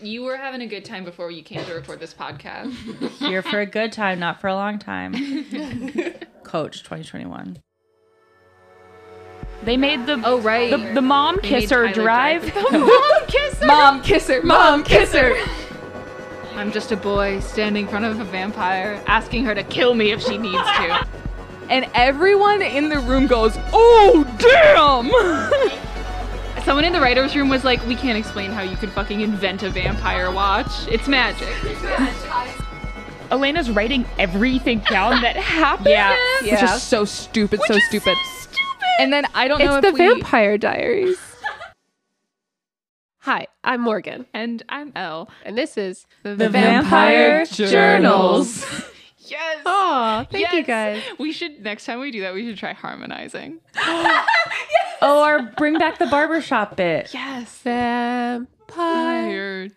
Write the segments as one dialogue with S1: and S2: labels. S1: You were having a good time before you came to record this podcast.
S2: Here for a good time, not for a long time. Coach 2021.
S3: They made the
S1: Oh, right.
S3: the, the mom
S1: They made
S3: kisser
S1: Tyler
S3: drive.
S1: Mom kisser.
S3: mom kisser. Mom kisser.
S1: I'm just a boy standing in front of a vampire, asking her to kill me if she needs to.
S3: And everyone in the room goes, "Oh damn!"
S1: Someone in the writer's room was like, We can't explain how you could fucking invent a vampire watch. It's magic.
S3: Elena's writing everything down that happened.
S2: Yeah.
S3: Which
S4: Yeah.
S3: is so stupid. so stupid.
S4: And then I don't
S3: It's
S4: know if
S3: the
S4: we...
S3: Vampire
S4: Diaries. Hi, I'm Morgan,
S1: And I'm Elle.
S4: and this is
S2: The
S4: Vampire
S2: Vampire
S4: Journals.
S1: Yes.
S4: Oh, thank you
S1: Yes.
S4: guys.
S1: We should next time we do that, we should try harmonizing.
S2: Oh, or bring back the barbershop bit.
S1: Yes.
S4: Vampire.
S1: We're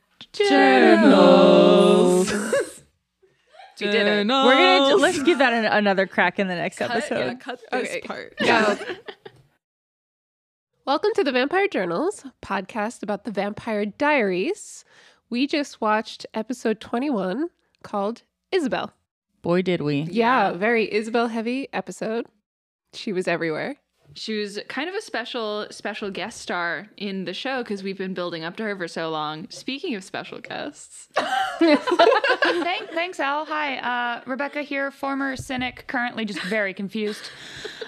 S2: Journals.
S4: We did
S2: We're
S4: it.
S2: gonna let's give that an, another crack in the next episode.
S4: Yeah, cut this
S1: Okay.
S4: part. Yeah. Welcome to the Vampire Journals podcast about the Vampire Diaries. We just watched episode 21 called Isabel.
S2: Boy, did we!
S4: Yeah, very Isabel heavy episode. She was everywhere.
S1: She was kind of a special special guest star in the show because we've been building up to her for so long. Speaking of special guests,
S3: Thank, thanks, Al. Hi, uh, Rebecca here, former cynic, currently just very confused.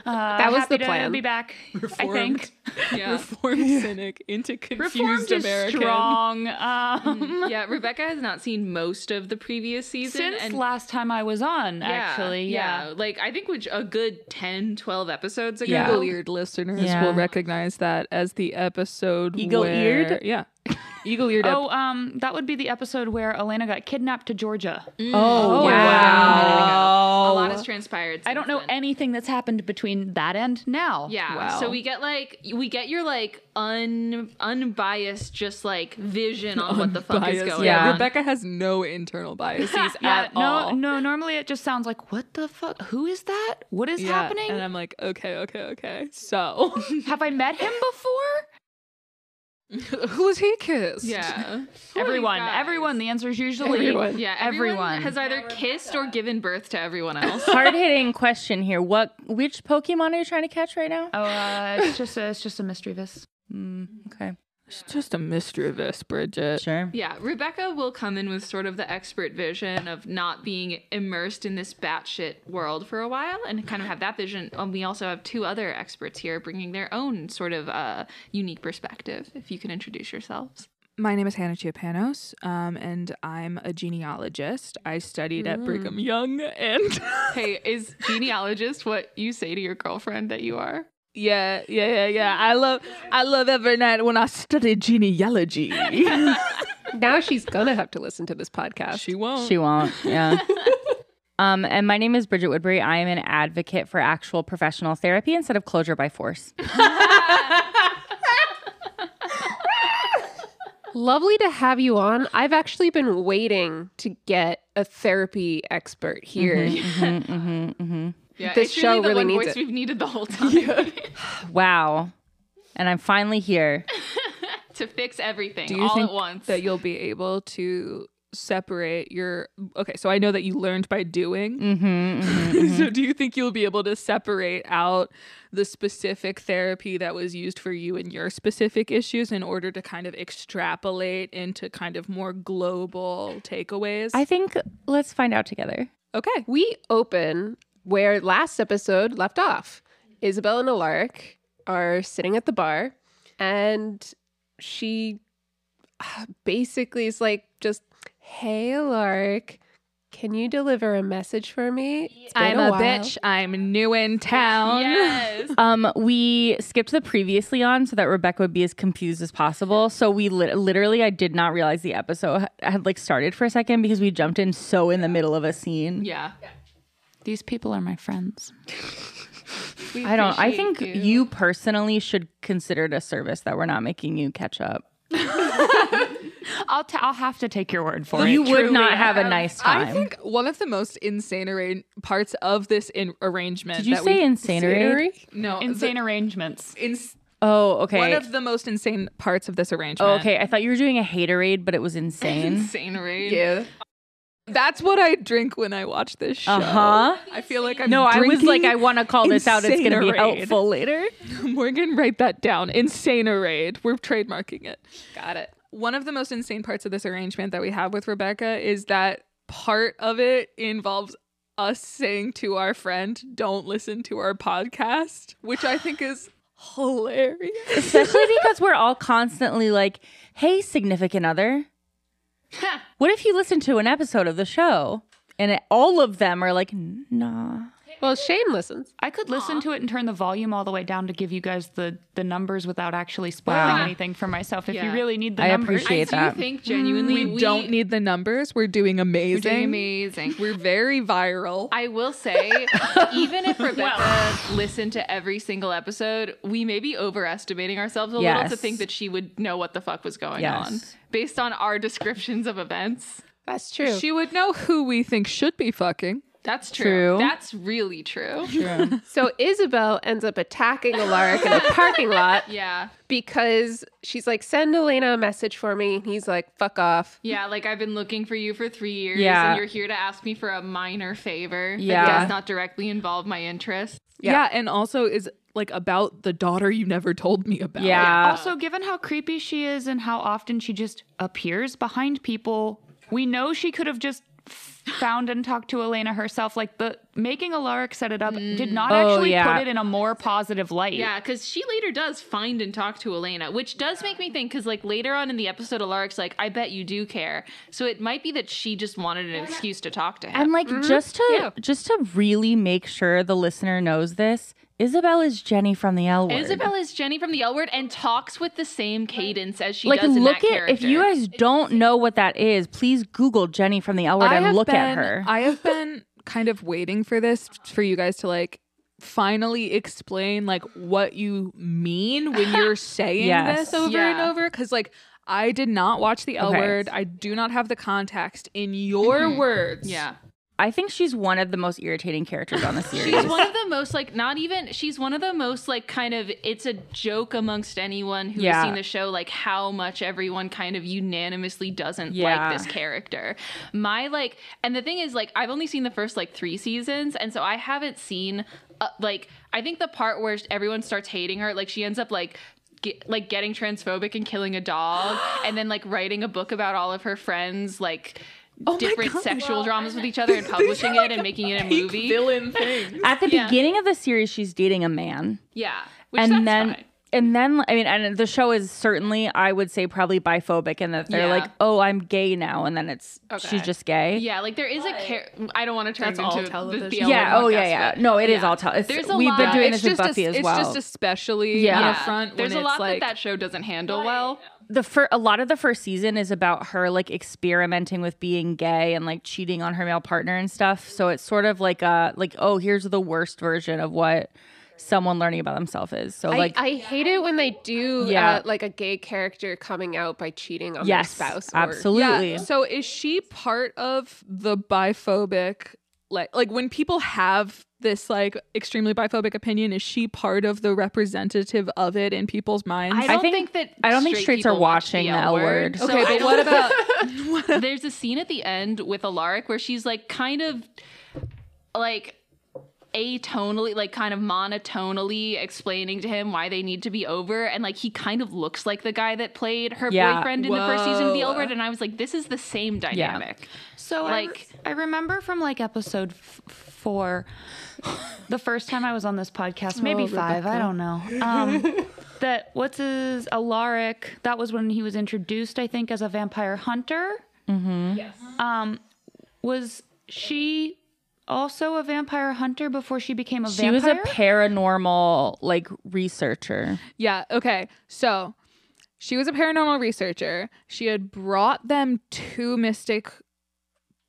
S3: Uh, that
S4: was
S3: happy
S4: the
S3: to
S4: plan.
S3: Be back, I think.
S1: yeah,
S4: Form cynic into
S3: Reformed is strong. Um,
S1: yeah. Rebecca has not seen most of the previous Mm-hmm. season
S3: Since
S1: and-
S3: last time I was on,
S1: Yeah,
S3: actually, yeah.
S1: like I think which a good 10, 12 episodes ago.
S2: Yeah.
S5: eagle-eared listeners
S2: Yeah.
S5: will recognize that as the episode
S2: Eagle-eared?
S5: where- yeah eagle-eared
S3: Oh, um, that would be the episode where Elena got kidnapped to Georgia.
S2: Oh,
S1: wow. A lot has transpired.
S3: I don't
S1: since
S3: know
S1: then.
S3: anything that's happened between that and now.
S1: Yeah.
S5: Wow.
S1: So we get like we get your like un unbiased just like vision on what the fuck is
S5: bias.
S1: going
S2: yeah.
S1: on.
S5: rebecca has no internal biases
S3: Yeah,
S5: at
S3: no,
S5: all
S3: no. Normally, it just sounds like, "What the fuck? Who is that? What is
S5: Yeah,
S3: happening?
S5: and i'm like okay okay okay so
S3: Have I met him before?"
S5: who was he kissed
S1: Yeah.
S3: everyone,
S1: guys?
S3: everyone. The answer is usually
S4: Everyone.
S1: Yeah,
S3: everyone.
S1: has either kissed or given birth to everyone else.
S2: Hard hitting question here. What? Which Pokemon are you trying to catch right now?
S3: Oh, uh, it's just a, it's just a mystery vis.
S2: Mm, okay,
S5: it's just a mystery of this bridget
S2: sure.
S1: yeah, Rebecca will come in with sort of the expert vision of not being immersed in this batshit world for a while and kind of have that vision. And we also have two other experts here bringing their own sort of uh, unique perspective. If you can introduce yourselves.
S5: my name is hannah chiapanos um, and i'm a genealogist i studied at brigham young and
S1: Hey, is genealogist what you say to your girlfriend that you are?
S5: yeah yeah yeah yeah i love i love every night when i study genealogy
S4: Now she's gonna have to listen to this podcast.
S5: she won't
S2: She won't. Yeah. Um, and my name is Bridget Woodbury. I am an advocate for actual professional therapy instead of closure by force.
S4: Lovely to have you on. I've actually been waiting to get a therapy expert here.
S1: Mm-hmm.
S2: Mhm, mhm, mhm.
S1: Yeah,
S4: This
S1: it's
S4: show
S1: the
S4: really
S1: one
S4: needs
S1: voice
S4: it.
S1: we've needed the whole time
S2: Wow. And I'm finally here.
S1: to fix everything
S5: Do you
S1: all
S5: think
S1: at once.
S5: that you'll be able to separate your okay so i know that you learned by doing
S1: Mm-hmm,
S2: hmm
S5: so do you think you'll be able to separate out the specific therapy that was used for you and your specific issues in order to kind of extrapolate into kind of more global takeaways
S2: I think let's find out together.
S5: okay
S4: We open where last episode left off. Isabel and Alaric are sitting at the bar, and she uh, basically is like, just, hey, Alaric, can you deliver a message for me? It's been
S5: i'm a
S4: while."
S5: bitch i'm new in town
S1: yes.
S2: Um, we skipped the previously on so that Rebecca would be as confused as possible. So we lit literally, I did not realize the episode had, had like started for a second because we jumped in so in the middle of a scene.
S1: Yeah.
S3: These people are my friends.
S1: We
S2: I don't. I
S1: appreciate
S2: think you. personally should consider it a service that we're not making you catch up.
S3: I'll t- I'll have to take your word for
S2: you
S3: it.
S2: would not have a nice time.
S5: Um, I think one of the most insane arra- parts of this in- arrangement.
S2: Did you
S5: that
S2: say
S5: we-
S2: insane?
S4: Scenery?
S5: No,
S3: Insane arrangements.
S5: ins-
S2: Oh, okay.
S5: One of the most insane parts of this arrangement.
S2: oh, okay. I thought you were doing a haterade, but it was insane.
S1: Insane raid.
S4: Yeah.
S5: That's what I drink when I watch this show.
S2: Uh huh.
S5: I feel like I'm
S2: No, I was like, I want to call this out. It's going to be
S5: Insane-erade.
S2: helpful later.
S5: Morgan, write that down. Insane raid. We're trademarking it.
S3: Got it.
S5: One of the most insane parts of this arrangement that we have with Rebecca is that part of it involves us saying to our friend, don't listen to our podcast, which I think is hilarious.
S2: Especially because we're all constantly like, hey, significant other, what if you listen to an episode of the show and it, all of them are like, nah.
S4: Well, Shane listens.
S3: I could listen to it and turn the volume all the way down to give you guys the the numbers without actually spoiling
S2: Wow.
S3: anything for myself. If you
S1: Yeah.
S3: really need the
S2: I
S3: numbers,
S1: I
S2: appreciate
S1: do
S2: that.
S1: think genuinely
S5: Mm, We, don't need the numbers. We're doing
S1: we're
S5: amazing.
S1: doing amazing.
S5: We're very viral.
S1: I will say, even if Rebecca listened to every single episode, we may be overestimating ourselves a little to
S2: Yes.
S1: think that she would know what the fuck was going
S2: Yes.
S1: on based on our descriptions of events.
S4: That's true.
S5: she would know who we think should be fucking.
S1: That's true.
S2: True.
S1: That's really true.
S4: so Isabel ends up attacking Alaric in a parking lot
S1: Yeah.
S4: because she's like, send Elena a message for me. And he's like, fuck off.
S1: Yeah, like I've been looking for you for three years
S2: Yeah.
S1: and you're here to ask me for a minor favor that
S2: Yeah.
S1: does not directly involve my interest.
S5: Yeah.
S4: Yeah.
S5: and also is like about the daughter you never told me about.
S2: Yeah.
S3: Also, given how creepy she is and how often she just appears behind people, we know she could have just found and talked to Elena herself. Like the making Alaric set it up did not
S2: Oh,
S3: actually
S2: yeah.
S3: put it in a more positive light.
S1: Yeah, because she later does find and talk to Elena, which does make me think because like later on in the episode, Alaric's like, "I bet you do care," so it might be that she just wanted an excuse to talk to him.
S2: And like
S5: Mm-hmm.
S2: just to just to really make sure the listener knows this, Isabel is Jenny from the L word.
S1: Isabel is Jenny from the L Word and talks with the same cadence as she
S2: like
S1: does in
S2: look
S1: that
S2: at if
S1: character.
S2: you guys don't know what that is, please Google Jenny from the L word and
S5: have
S2: look at
S5: been-
S2: her.
S5: I have been kind of waiting for this for you guys to like finally explain like what you mean when you're saying
S2: Yes.
S5: this over
S1: Yeah.
S5: and over cuz like I did not watch the L
S2: Okay.
S5: word. I do not have the context in your
S4: Mm-hmm.
S5: words.
S1: yeah,
S2: I think she's one of the most irritating characters on the series.
S1: she's one of the most like not even she's one of the most like kind of it's a joke amongst anyone who
S2: Yeah.
S1: has seen the show like how much everyone kind of unanimously doesn't
S2: Yeah.
S1: like this character my like and the thing is like i've only seen the first like three seasons and so i haven't seen uh, like i think the part where everyone starts hating her like she ends up like Get, like getting transphobic and killing a dog, and then like writing a book about all of her friends, like
S2: Oh
S1: different sexual dramas with each other, and publishing it and making it a movie.
S5: Villain thing.
S2: at the
S1: Yeah.
S2: beginning of the series, she's dating a man.
S1: Yeah. Which
S2: and
S1: that's
S2: then
S1: fine.
S2: and then I mean, and the show is certainly, I would say, probably biphobic in that they're
S1: Yeah.
S2: like, "Oh, I'm gay now," and then it's she's just gay.
S1: Yeah, like there is a care. I don't want to turn
S5: That's all
S1: into
S5: television.
S1: The, the
S2: Yeah,
S1: L
S2: Oh
S1: word
S2: yeah.
S1: podcast,
S2: Yeah.
S1: but-
S2: No, it is
S1: yeah.
S2: all. Tell- it's-
S1: There's a
S2: we've been
S1: lot-
S2: doing
S5: Uh, It's
S2: this with
S5: just a,
S2: Buffy as
S5: it's
S2: well.
S5: just especially
S2: Yeah.
S5: yeah.
S1: Yeah.
S5: front
S1: There's
S5: when
S1: a lot
S5: it's like
S1: that that show doesn't handle well.
S2: the fir- a lot of the first season is about her like experimenting with being gay and like cheating on her male partner and stuff. So it's sort of like a like oh here's the worst version of what someone learning about themselves is. So like
S4: I, I hate it when they do
S2: Yeah.
S4: uh, like a gay character coming out by cheating on
S2: yes,
S4: their spouse. or-
S2: absolutely.
S5: Yeah. So is she part of the biphobic like like when people have this like extremely biphobic opinion, is she part of the representative of it in people's minds?
S1: I don't think, that
S2: I don't think straights
S1: people
S2: are
S1: watch
S2: watching the
S1: L
S2: L word.
S1: So
S5: okay,
S1: I
S5: but
S1: don't-
S5: what about
S1: there's a scene at the end with Alaric where she's like kind of like atonally like kind of monotonally explaining to him why they need to be over and like he kind of looks like the guy that played her
S2: Yeah.
S1: boyfriend in the first season of the L
S5: Whoa.
S1: word and I was like this is the same dynamic.
S3: So
S1: Like-
S3: like I, remember from like episode f- four, the first time I was on this podcast,
S5: Oh,
S3: maybe five, I don't know. Um, that what's his Alaric? That was when he was introduced, I think, as a vampire hunter. Mm-hmm. Yes. Um, was she also a vampire hunter before she became a
S2: She was a
S3: vampire?
S2: paranormal like researcher.
S5: Yeah, okay. So she was a paranormal researcher. She had brought them to Mystic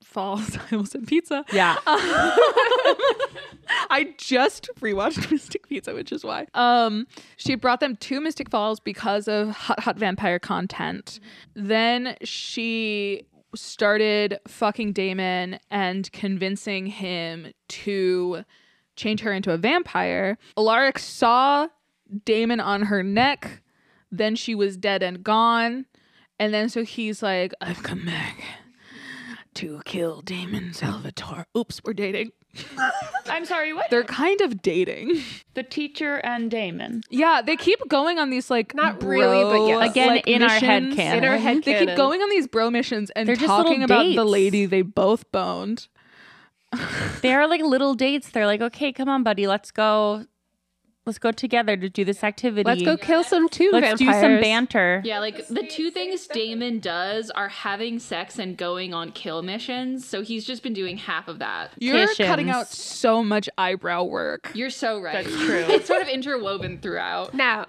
S5: Falls. I almost said pizza.
S2: Yeah.
S5: I just rewatched Mystic Pizza, which is why. Um, she brought them to Mystic Falls because of hot, hot vampire content. Then she started fucking Damon and convincing him to change her into a vampire. Alaric saw Damon on her neck. Then she was dead and gone. And then so he's like, I've come back to kill Damon Salvatore. Oops, we're dating.
S3: I'm sorry, what?
S5: They're kind of dating.
S3: the teacher and Damon.
S5: Yeah, they keep going on these like
S4: Not
S5: bro,
S4: really, but yes.
S2: Again, in our head
S5: missions.
S2: canon.
S4: In our head
S5: They keep
S4: canon.
S5: going on these bro missions and
S2: They're just little
S5: talking about the
S2: dates.
S5: lady they both boned.
S2: They are like little dates. They're like, okay, come on, buddy, let's go, let's go together to do this activity.
S4: Let's go kill some two
S2: Let's
S4: vampires.
S2: do some banter.
S1: Yeah, like the two things Damon does are having sex and going on kill missions. So he's just been doing half of that.
S5: You're cutting
S2: Kitchens.
S5: out so much eyebrow work.
S1: You're so right.
S3: That's true.
S1: It's sort of interwoven throughout.
S4: Now,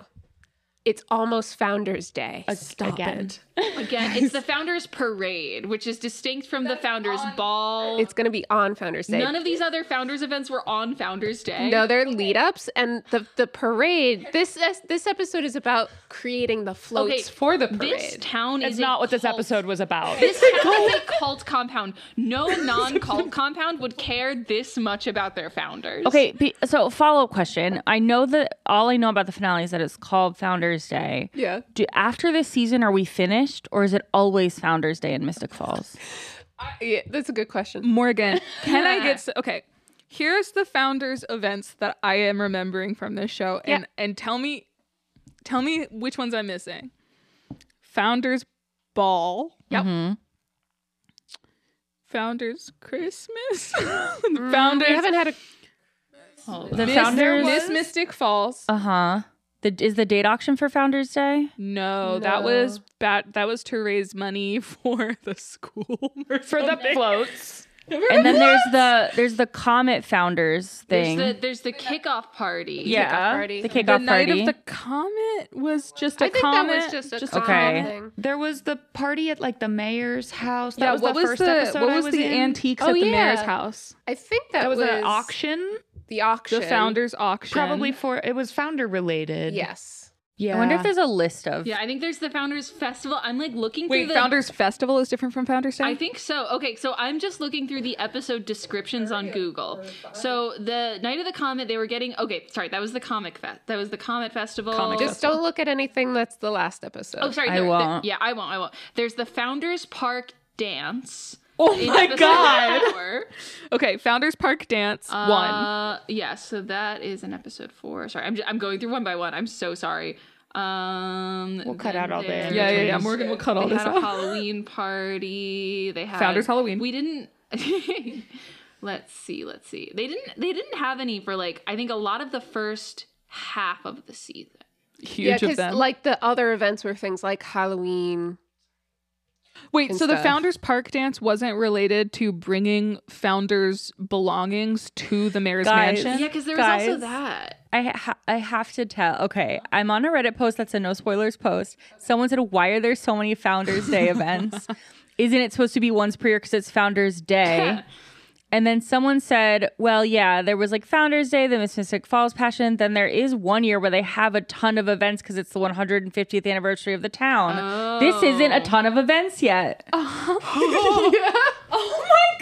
S4: it's almost Founder's Day.
S5: Stop
S3: Again.
S5: it.
S1: Again, it's the Founders Parade, which is distinct from the Founders Ball.
S4: It's going to be on Founder's Day.
S1: None of these other Founders events were on Founders Day.
S4: no, they're lead ups and the the parade. This this- this episode is about creating the floats
S1: Okay,
S4: for the
S1: this
S4: parade.
S1: town
S3: It's
S1: is a
S3: not what this
S1: cult.
S3: episode was about.
S1: This town is a cult compound. No non-cult compound would care this much about their founders.
S2: Okay, be- so follow up question. I know that all I know about the finale is that it's called Founders Day.
S4: yeah.
S2: Do, after this season, are we finished, or is it always Founders Day in Mystic Falls?
S4: yeah, that's a good question.
S5: Morgan, can I get s okay? Here's the founders events that I am remembering from this show, and and tell me, tell me which ones I'm missing. Founders ball. Yep. Founders Christmas. founders.
S4: We haven't had a
S2: The
S5: Miss,
S2: Founders,
S5: Miss Mystic Falls.
S2: uh huh. The, is the date auction for Founders Day?
S5: No, that was bat. That was to raise money for the school or
S3: For the floats.
S2: And then there's the there's the Comet Founders
S1: There's
S2: thing.
S1: the there's the kickoff party.
S2: yeah, the
S5: the
S2: kickoff
S5: night
S2: party.
S5: of the comet was just a
S4: I think
S5: comet.
S4: that was just a
S2: a
S4: common
S2: Okay.
S4: thing.
S3: There was the party at like the mayor's house. That
S5: yeah,
S3: was
S5: what
S3: the
S5: was
S3: first
S5: the
S3: episode
S5: what
S3: I
S5: was,
S3: was
S5: the
S3: in.
S5: antiques
S4: Oh,
S5: at the mayor's
S4: yeah.
S5: house?
S4: I think that,
S3: That was,
S4: was
S3: an auction,
S4: The auction.
S5: The founders auction.
S3: probably for it was founder related.
S4: Yes.
S3: yeah.
S2: I wonder if there's a list of.
S1: Yeah, I think there's the Founders Festival. I'm like looking
S5: Wait,
S1: through the
S5: Founders Festival is different from Founders Day?
S1: I think so. Okay, so I'm just looking through the episode descriptions on Google. So the night of the comet, they were getting. Okay, sorry, that was the comic fest. That was the comet festival.
S5: Comic
S4: Just don't look at anything that's the last episode.
S1: Oh, sorry.
S2: I
S1: there- there-
S2: won't.
S1: yeah, I won't. I won't. There's the Founders Park dance.
S5: Oh
S1: in
S5: my
S1: episode
S5: god.
S1: four.
S5: Okay, Founders Park Dance one.
S1: Uh, yeah, so that is in episode four. Sorry, I'm, j- I'm going through one by one. I'm so sorry. Um, we'll
S3: cut out all the
S5: Yeah, yeah, yeah. Morgan will cut all
S1: They
S5: this
S1: had a
S5: out.
S1: Halloween party. They had
S5: Founders Halloween.
S1: We didn't. let's see. Let's see. They didn't. They didn't have any for like. I think a lot of the first half of the season.
S5: Huge
S4: yeah,
S5: of them.
S4: like the other events were things like Halloween.
S5: Wait,
S4: and
S5: so the
S4: stuff.
S5: Founders Park Dance wasn't related to bringing Founders belongings to the mayor's
S2: Guys.
S5: mansion?
S1: Yeah, because there was also
S2: Guys.
S1: that.
S2: I ha- I have to tell. Okay, I'm on a Reddit post that's a no spoilers post. Someone said, "Why are there so many Founders Day events? Isn't it supposed to be once per year because it's Founders Day?" and then someone said, "Well, yeah, there was like Founders Day, the Miss Mystic Falls Passion. Then there is one year where they have a ton of events because it's the 150th anniversary of the town. This isn't a ton of events yet.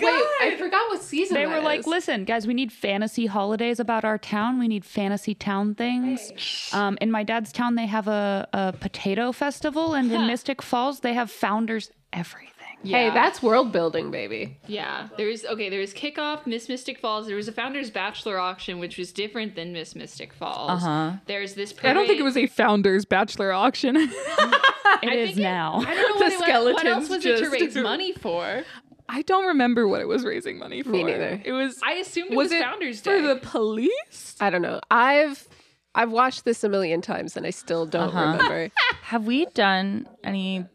S4: Wait, I forgot what season
S3: they
S4: that
S3: were like,
S4: is.
S3: listen, guys, we need fantasy holidays about our town. We need fantasy town things. Um, in my dad's town, they have a, a potato festival, and in Mystic Falls, they have founders everything.
S4: Hey, that's world building, baby.
S1: Yeah, there is okay. There was kickoff Miss Mystic Falls. There was a Founders Bachelor auction, which was different than Miss Mystic Falls.
S2: Uh-huh.
S1: There's this. Parade.
S5: I don't think it was a Founders Bachelor auction.
S1: I
S3: It
S1: think
S3: is now.
S1: I don't know what, it
S5: The
S1: was, what else
S5: skeletons
S1: was it to
S5: just-
S1: raise money for.
S5: I don't remember what it was raising money for.
S4: neither.
S5: It was
S1: I assumed it was,
S5: was it
S1: Founders
S5: for
S1: Day.
S5: the uh, police.
S4: I don't know. I've I've watched this a million times and I still don't remember.
S2: Have we done any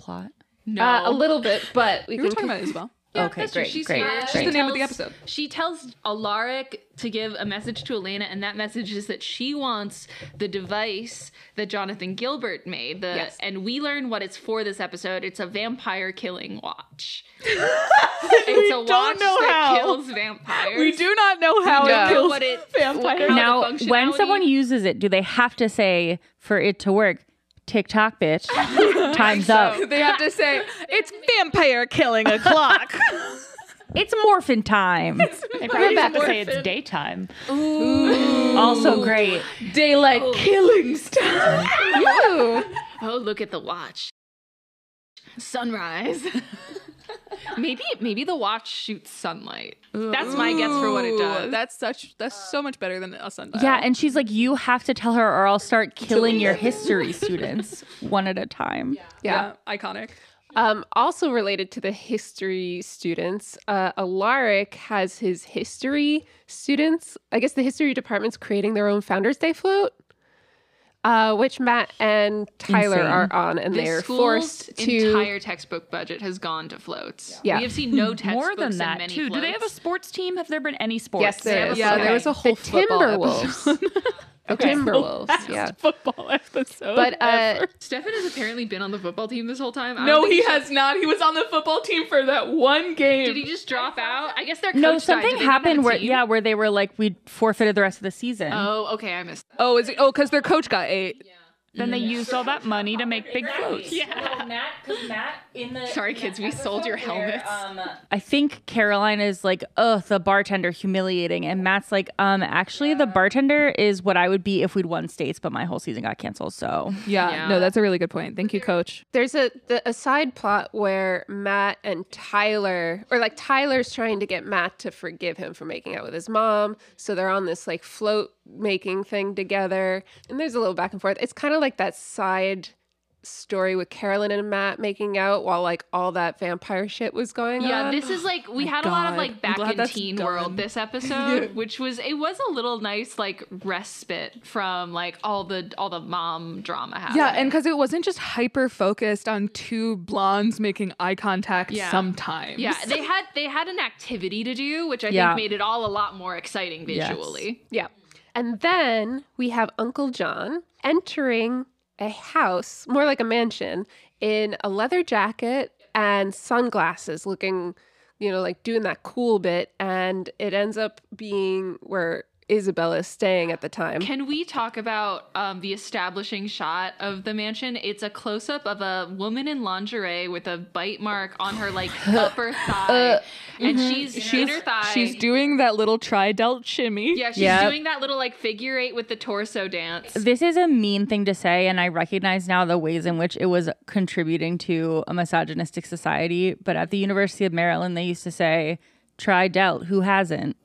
S2: plot?
S1: no,
S4: Uh, a little bit, but we
S5: We
S4: can
S5: were talking about it as well.
S1: Yeah,
S2: okay,
S1: that's true.
S2: great,
S1: She's
S2: great,
S1: here.
S2: great.
S1: She
S5: That's the name of the
S1: tells-
S5: episode.
S1: She tells Alaric to give a message to Elena, and that message is that she wants the device that Jonathan Gilbert made. The
S4: Yes.
S1: and we learn what it's for this episode. It's a vampire killing watch. it's a watch
S5: know
S1: that
S5: how.
S1: kills vampires.
S5: We do not know how
S4: No.
S5: it kills
S1: What it- how
S5: vampires.
S1: the
S2: now when
S1: functionality-
S2: someone uses it do they have to say for it to work tiktok bitch time's up
S5: They have to say it's vampire killing a clock.
S2: it's morphin time
S3: They probably
S5: He's
S3: have to
S5: an
S3: say it's
S5: orphan.
S3: daytime.
S2: Also great.
S5: Daylight killing stuff.
S1: Oh, look at the watch. Sunrise. maybe maybe the watch shoots sunlight. That's my guess for what it does.
S5: That's such. That's so much better than a sundial.
S2: Yeah, and she's like, you have to tell her, or I'll start killing your history students one at a time.
S4: yeah.
S5: yeah. Iconic.
S4: Um, also related to the history students, uh, Alaric has his history students. I guess the history department's creating their own Founders Day float, uh, which Matt and Tyler
S2: Insane.
S4: are on, and
S1: This
S4: they're
S1: school's
S4: forced to.
S1: entire textbook budget has gone to floats.
S4: Yeah.
S1: We have seen no textbooks
S3: More than
S1: and
S3: that,
S1: many
S3: too. Do they have a
S1: floats.
S3: sports team? Have there been any sports?
S4: yes, there is.
S1: Yeah, there was
S5: a whole
S4: the
S5: football
S4: Timberwolves. the Timberwolves. Yeah,
S5: Football episode.
S4: but uh,
S1: Stefan has apparently been on the football team this whole time. I
S5: no,
S1: don't think-
S5: he has not. He was on the football team for that one game.
S1: Did he just drop out? I guess their coach
S2: No,
S1: died.
S2: something
S1: Did they not have a
S2: happened where
S1: team?
S2: yeah, where they were like, we forfeited the rest of the season.
S1: Oh, okay, I missed. That.
S5: oh, is it? Oh, because their coach got eight.
S3: Then they used all that money to make big floats.
S2: Well, Matt, because Matt in the
S1: Sorry, in that kids, we sold episode your where, helmets. um,
S2: I think Caroline is like, ugh, the bartender humiliating, and Matt's like, um, actually, the bartender is what I would be if we'd won states, but my whole season got canceled. So
S5: Yeah,
S1: Yeah.
S5: No, that's a really good point. Thank you, coach.
S4: there's a the, a side plot where Matt and Tyler, or like Tyler's trying to get Matt to forgive him for making out with his mom, so they're on this like float making thing together, and there's a little back and forth. It's kind of like that side story with Carolyn and Matt making out while like all that vampire shit was going
S1: Yeah,
S4: on.
S1: this is like we had a lot of
S5: Uh, God.
S1: like
S5: I'm
S1: back
S5: glad
S1: in
S5: that's
S1: Teen
S5: done.
S1: World this episode, which was it was a little nice like respite from like all the all the mom drama happening.
S5: Yeah, and because it wasn't just hyper focused on two blondes making eye contact
S1: Yeah.
S5: sometimes.
S1: Yeah, they had they had an activity to do, which I
S2: Yeah.
S1: think made it all a lot more exciting
S2: Yes.
S1: visually.
S4: Yeah. And then we have Uncle John entering a house, more like a mansion, in a leather jacket and sunglasses, looking, you know, like doing that cool bit. And it ends up being where Isabella is staying at the time.
S1: Can we talk about um, the establishing shot of the mansion? It's a close up of a woman in lingerie with a bite mark on her like upper thigh, and she's, in her thigh.
S5: Uh, mm-hmm. She's doing that little tri delt shimmy.
S1: yeah, she's
S2: Yep.
S1: doing that little like figure eight with the torso dance.
S2: this is a mean thing to say, and I recognize now the ways in which it was contributing to a misogynistic society. But at the University of Maryland, they used to say, "Try doubt, who hasn't."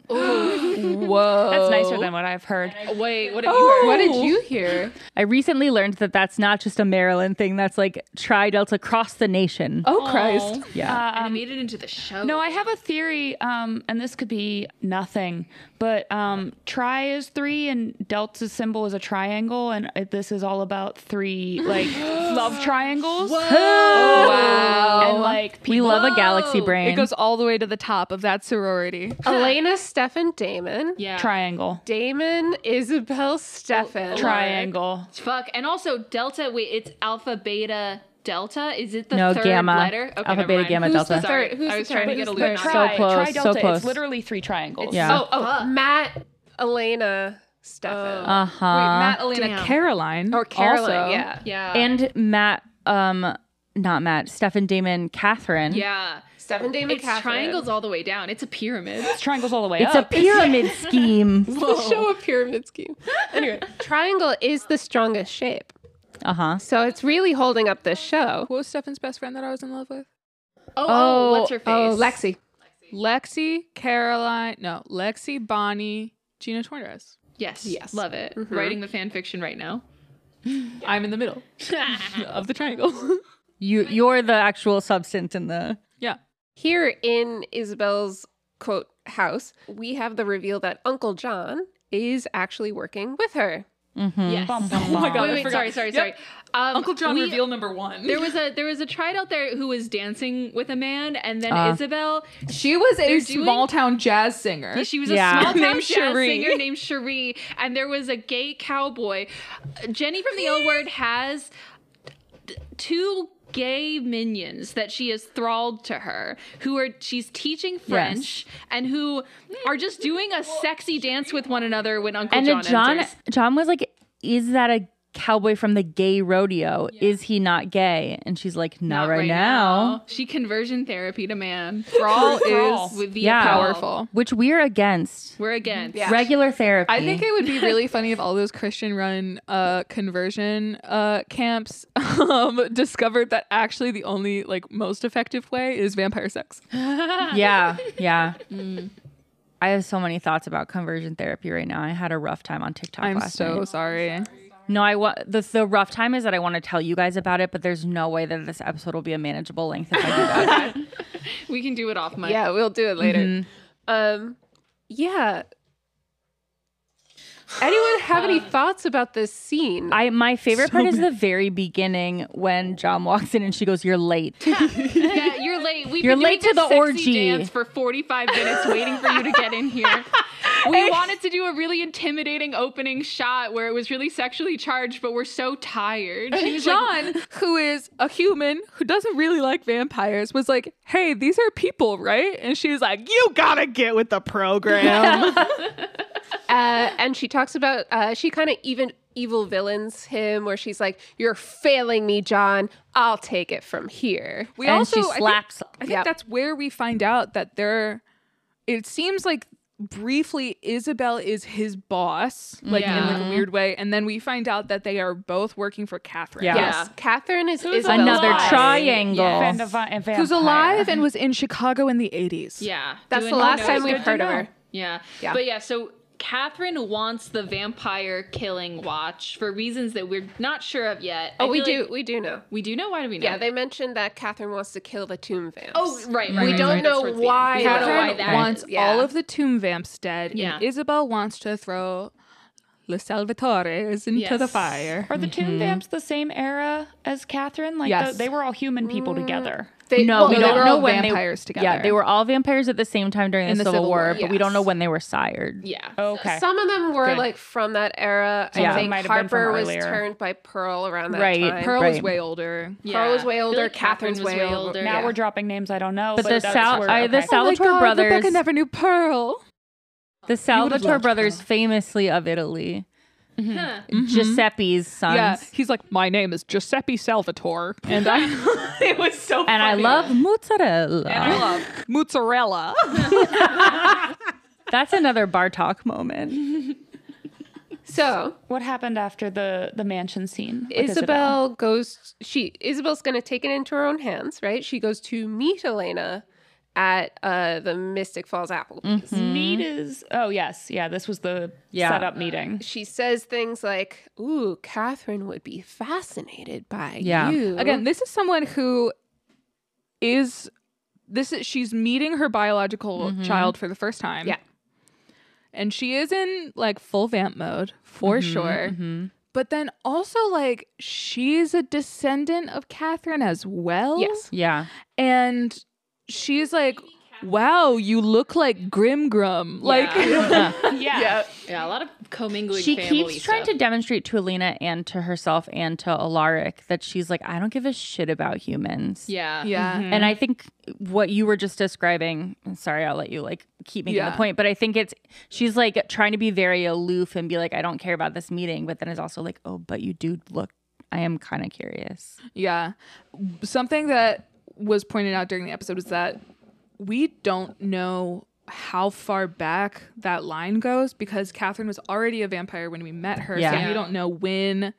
S5: Whoa.
S3: That's nicer than what I've heard.
S1: Wait, what have you heard?
S4: what did
S1: Oh.
S4: you hear?
S2: I recently learned that that's not just a Maryland thing. That's like tri delts across the nation.
S5: Oh, Christ.
S2: yeah.
S1: And it made it into the show.
S3: No, I have a theory, um, and this could be nothing, but um, tri is three, and delta's symbol is a triangle, and uh, this is all about three like love triangles. Oh,
S5: Wow.
S3: And like
S2: we
S3: people,
S2: love a galaxy brain.
S5: It goes all the way to the top of that sorority.
S4: Elena, Stefan, Damon.
S1: yeah.
S3: triangle,
S4: Damon, Isabel, Stefan.
S3: triangle.
S1: Fuck. And also Delta. Wait, it's Alpha Beta Delta. Is it the
S2: No,
S1: third
S2: gamma.
S1: letter?
S2: Alpha,
S1: never
S2: beta,
S1: mind.
S2: gamma,
S4: Who's the
S2: delta.
S1: Sorry,
S4: third- who's
S1: I was
S4: the
S1: trying
S4: thri-
S1: to get a
S4: who's the
S1: Luna.
S4: third?
S2: So close,
S3: tri
S2: so
S3: delta.
S2: close.
S3: It's literally three triangles.
S2: Yeah.
S4: Oh, oh, Matt, Elena, Stefan.
S1: Oh.
S2: Uh huh.
S5: Elena,
S1: Damn.
S5: Caroline.
S4: or Caroline.
S5: also.
S4: Yeah.
S1: um, Yeah.
S2: And Matt, um, not Matt, Stefan Damon, Catherine.
S1: yeah.
S4: Stefan, Damon,
S1: It's
S4: Catherine.
S1: triangles all the way down. It's a pyramid.
S3: It's triangles all the way
S2: It's a
S3: up.
S2: pyramid scheme.
S4: Let's
S1: Oh.
S4: show a pyramid scheme. Anyway, triangle is the strongest shape.
S2: Uh huh.
S4: So it's really holding up this show.
S5: What was Stefan's best friend that I was in love with?
S1: Oh, oh, what's her face?
S4: Oh, Lexi.
S5: Lexi, Caroline. No, Lexi, Bonnie, Gina Torres.
S1: Yes. Mm-hmm.
S4: Yes.
S1: Love it. Writing the fan fiction right now.
S5: I'm in the middle of the triangle.
S2: You, you're the actual substance in the.
S5: yeah.
S4: Here in Isabel's quote house, we have the reveal that Uncle John is actually working with her.
S1: Yes.
S3: Oh
S5: my God.
S1: Wait,
S5: I
S1: wait,
S5: forgot.
S1: sorry, sorry,
S5: Yep.
S1: sorry. Um,
S5: Uncle John
S1: we-
S5: reveal number one.
S1: There was a there was a tried out there who was dancing with a man, and then Isabel,
S5: She was a
S1: doing-
S5: small town jazz singer.
S1: she was
S2: Yeah.
S1: a small town
S5: Named
S1: jazz
S5: Cherie.
S1: singer named Cherie, and there was a gay cowboy. Jenny from the L Word has t- two gay minions that she has thralled to her, who are she's teaching French and who are just doing a sexy dance with one another when Uncle
S2: And
S1: John
S2: John, John,
S1: enters.
S2: John was like, "Is that a cowboy from the gay rodeo. Is he not gay? And she's like, not, right, now.
S1: She conversion therapy to man. Brawl is with the
S2: Yeah.
S5: Powerful.
S2: Which we're against.
S1: We're against.
S2: Regular therapy.
S5: I think it would be really funny if all those Christian run uh, conversion uh, camps um, discovered that actually the only like most effective way is vampire sex.
S2: yeah, yeah. Mm. I have so many thoughts about conversion therapy right now. I had a rough time on TikTok
S5: I'm
S2: last
S5: so
S2: night.
S5: sorry.
S2: No, I wa- the the rough time is that I want to tell you guys about it, but there's no way that this episode will be a manageable length if I do that.
S1: We can do it off mic.
S4: Yeah, we'll do it later.
S1: Mm-hmm.
S4: Um, yeah. Anyone have any thoughts about this scene?
S2: I my favorite part is the very beginning when John walks in and she goes, "You're late."
S1: Yeah, you're late. We've
S2: You're
S1: been
S2: late
S1: doing
S2: to
S1: this
S2: the
S1: sexy
S2: orgy.
S1: dance for 45 minutes waiting for you to get in here. We wanted to do a really intimidating opening shot where it was really sexually charged, but we're so tired. She was like,
S5: John, who is a human who doesn't really like vampires, was like, "Hey, these are people, right?" And she's like, "You gotta get with the program."
S4: Uh, and she talks about uh, she kind of even evil villains him, where she's like, "You're failing me, John. I'll take it from here."
S5: we
S2: and
S5: also
S2: she
S5: I think-
S2: slaps.
S5: I think
S4: Yep.
S5: that's where we find out that there. It seems like briefly Isabel is his boss, like in like
S1: Yeah.
S5: a weird way, and then we find out that they are both working for Catherine.
S2: Yeah.
S4: Yes, Catherine is
S1: Who's
S4: Isabel's
S2: Another
S1: alive.
S4: boss.
S2: triangle.
S3: Fan of a- a
S5: Who's
S3: uh, vampire.
S5: alive and was in Chicago in the 80s.
S1: yeah.
S4: That's
S1: doing
S4: the last
S1: no
S4: time
S1: good
S4: we've heard of her.
S1: Yeah.
S4: Yeah.
S1: But yeah, so Catherine wants the vampire killing watch for reasons that we're not sure of yet. I
S4: Oh, we
S1: feel
S4: do.
S1: like-
S4: We do know.
S1: we do know. Why do we know?
S4: Yeah, they mentioned that Catherine wants to kill the tomb vamps.
S1: Oh, right, right.
S4: We
S1: right,
S4: don't
S1: right, that's
S4: know
S1: towards the end.
S4: why
S1: We don't know
S5: Catherine
S1: why that
S5: wants
S4: Yeah.
S5: all of the tomb vamps dead,
S1: Yeah.
S5: and Isabel wants to throw Le Salvatores into the
S1: Yes.
S5: fire.
S3: Are the Tomb
S2: Mm-hmm.
S3: Vamps the same era as Catherine? Like
S5: Yes.
S3: the, they were all human people together.
S4: They,
S2: No,
S4: well,
S2: we
S4: they
S2: don't
S4: were
S2: know
S5: all
S2: when
S5: vampires
S2: they
S5: together.
S2: Yeah, they were all vampires at the same time during the,
S5: In the
S2: Civil,
S5: Civil
S2: War,
S5: War,
S2: but we don't
S4: yes.
S2: know when they were sired.
S1: Yeah.
S3: Okay.
S4: Some of them were
S3: Good.
S4: like from that era. I
S2: Yeah.
S4: think
S3: Might have been from
S4: Harper was
S3: earlier.
S4: turned by Pearl around that
S2: Right.
S4: time.
S5: Pearl was
S2: Right.
S5: way older.
S1: Yeah.
S4: Carl was way
S1: I feel
S4: older,
S1: like
S4: Catherine's way older.
S3: Now
S4: Yeah.
S3: we're dropping names I don't know.
S2: But the
S3: that's
S2: Sal-
S3: where-
S2: I- the
S3: okay.
S2: Sal- Salvatore brothers-
S5: Oh Rebecca never knew Pearl.
S2: The
S5: loved
S2: Salvatore
S5: her.
S2: brothers, famously of Italy,
S1: Huh.
S2: Mm-hmm. Giuseppe's sons.
S5: Yeah, he's like, my name is Giuseppe Salvatore, and I. it was so.
S2: And I love mozzarella.
S5: I love mozzarella.
S2: That's another bar talk moment.
S4: So
S3: what happened after the the mansion scene? with
S4: Isabel, goes. She Isabel's going to take it into her own hands, right? She goes to meet Elena at uh, the Mystic Falls Applebee's.
S3: Meet is oh yes yeah this was the
S2: Yeah.
S3: setup meeting.
S4: She says things like, "Ooh, Catherine would be fascinated by
S2: Yeah.
S4: you."
S5: Again, this is someone who is this is she's meeting her biological child for the first time.
S4: Yeah.
S5: And she is in like full vamp mode for sure. But then also like she's a descendant of Catherine as well.
S4: yes,
S2: Yeah.
S5: And she's like, Wow, you look like Grim Grum. Like
S1: yeah.
S3: Yeah.
S1: Yeah, a lot of commingling.
S2: She
S1: family
S2: keeps trying
S1: stuff.
S2: to demonstrate to Alina and to herself and to Alaric that she's like, I don't give a shit about humans.
S1: Yeah.
S5: Yeah.
S2: And I think what you were just describing, sorry, I'll let you like keep making
S5: Yeah.
S2: the point, but I think it's she's like trying to be very aloof and be like, I don't care about this meeting, but then is also like, oh, but you do look, I am kind of curious.
S5: Yeah. Something that was pointed out during the episode was that we don't know how far back that line goes because Catherine was already a vampire when we met her.
S2: Yeah.
S5: So we don't know when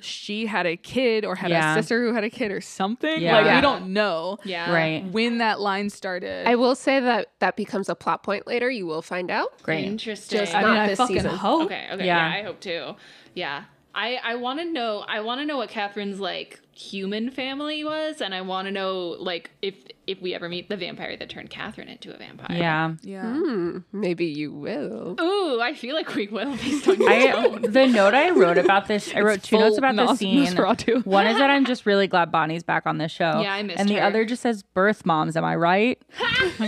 S5: she had a kid or had
S2: Yeah.
S5: a sister who had a kid or something.
S2: Yeah.
S5: Like
S2: Yeah.
S5: we don't know
S1: Yeah.
S2: Right.
S5: when that line started.
S4: I will say that that becomes a plot point later. You will find out.
S2: Great.
S1: Interesting.
S4: Just
S5: I
S4: not
S5: mean, I
S4: this
S5: fucking
S4: season.
S5: hope.
S1: okay. Okay.
S2: Yeah.
S1: Yeah. I hope too. Yeah. I I want to know. I want to know what Catherine's like human family was, and I want to know like if if we ever meet the vampire that turned Catherine into a vampire.
S2: Yeah.
S5: Yeah.
S4: Hmm, maybe you will.
S1: Ooh, I feel like we will based on your
S2: I,
S1: tone.
S2: the note I wrote about this, I wrote two
S5: full
S2: notes about this
S5: Nos-
S2: scene.
S5: Nosferatu.
S2: One is that I'm just really glad Bonnie's back on the show.
S1: Yeah, I missed
S2: And the
S1: her.
S2: other just says birth moms. Am I right?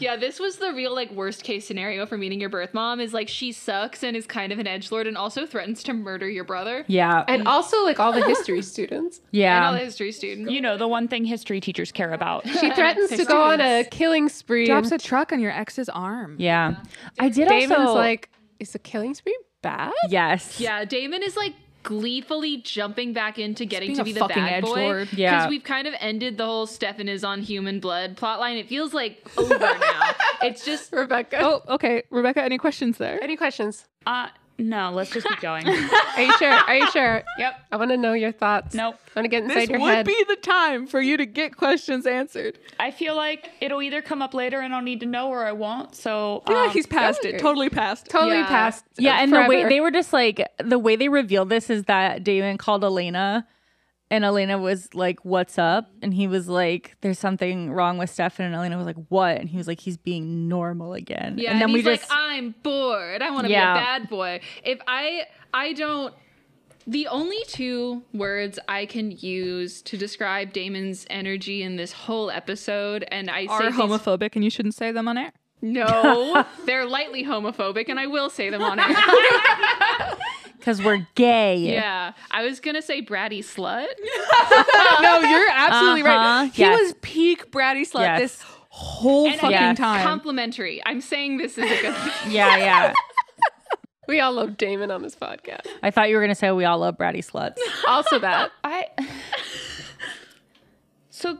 S1: Yeah, this was the real like worst case scenario for meeting your birth mom is like she sucks and is kind of an edge lord and also threatens to murder your brother
S2: Yeah,
S4: And also, like all the history students,
S1: and all the
S2: yeah.
S1: history students.
S3: You know the one thing history teachers care about.
S4: she threatens to go on a killing spree.
S5: Drops
S4: and
S5: a truck on your ex's arm.
S2: Yeah, I did
S4: Damon's
S2: also
S4: like, "Is a killing spree
S5: bad?
S2: Yes.
S1: Yeah, Damon is like gleefully jumping back into getting
S5: being
S1: to
S5: a
S1: be the
S5: fucking
S1: bad boy.
S5: edgelord.
S2: Yeah.
S1: Because we've kind of ended the whole Stefan is on human blood plotline. It feels like over now. It's just
S4: Rebecca.
S5: Oh, okay. Rebecca, any questions there?
S4: Any questions?
S3: Uh, no, let's just keep going.
S4: Are you sure? Are you sure?
S3: yep.
S4: I want to know your thoughts.
S3: Nope.
S4: I want to get inside
S5: This
S4: your
S5: would
S4: head.
S5: be the time for you to get questions answered.
S3: I feel like it'll either come up later and I'll need to know or I won't. So
S5: yeah,
S3: um,
S5: he's past it.
S4: okay.
S5: Totally past. it.
S4: totally
S1: Yeah.
S4: past.
S2: Yeah, and the way
S4: forever.
S2: they were just like the way they revealed this is that Damon called Elena and Elena was like, What's up? And he was like, There's something wrong with Stefan and Elena was like, What? And he was like, He's being normal again.
S1: Yeah,
S2: and then we
S1: he's like,
S2: just
S1: I'm bored. I want to
S2: Yeah.
S1: be a bad boy. If I I don't the only two words I can use to describe Damon's energy in this whole episode, and I say
S5: Are
S1: these-
S5: homophobic and you shouldn't say them on air.
S1: no, they're lightly homophobic, and I will say them on air.
S2: because we're gay.
S1: yeah, I was gonna say bratty slut.
S5: no, Oh, you're absolutely
S2: Uh-huh.
S5: right. He
S2: Yes.
S5: was peak bratty slut
S2: Yes.
S5: this whole
S1: And I-
S5: fucking
S2: Yes.
S5: time.
S1: Complimentary. I'm saying this is a good thing.
S2: Yeah, yeah.
S4: we all love Damon on this podcast.
S2: I thought you were gonna say we all love bratty sluts.
S4: Also that.
S3: I. so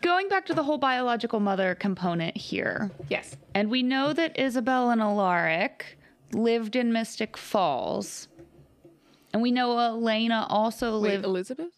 S3: going back to the whole biological mother component here,
S4: Yes.
S3: and we know that Isabel and Alaric lived in Mystic Falls. And we know Elena also lived.
S5: Elizabeth?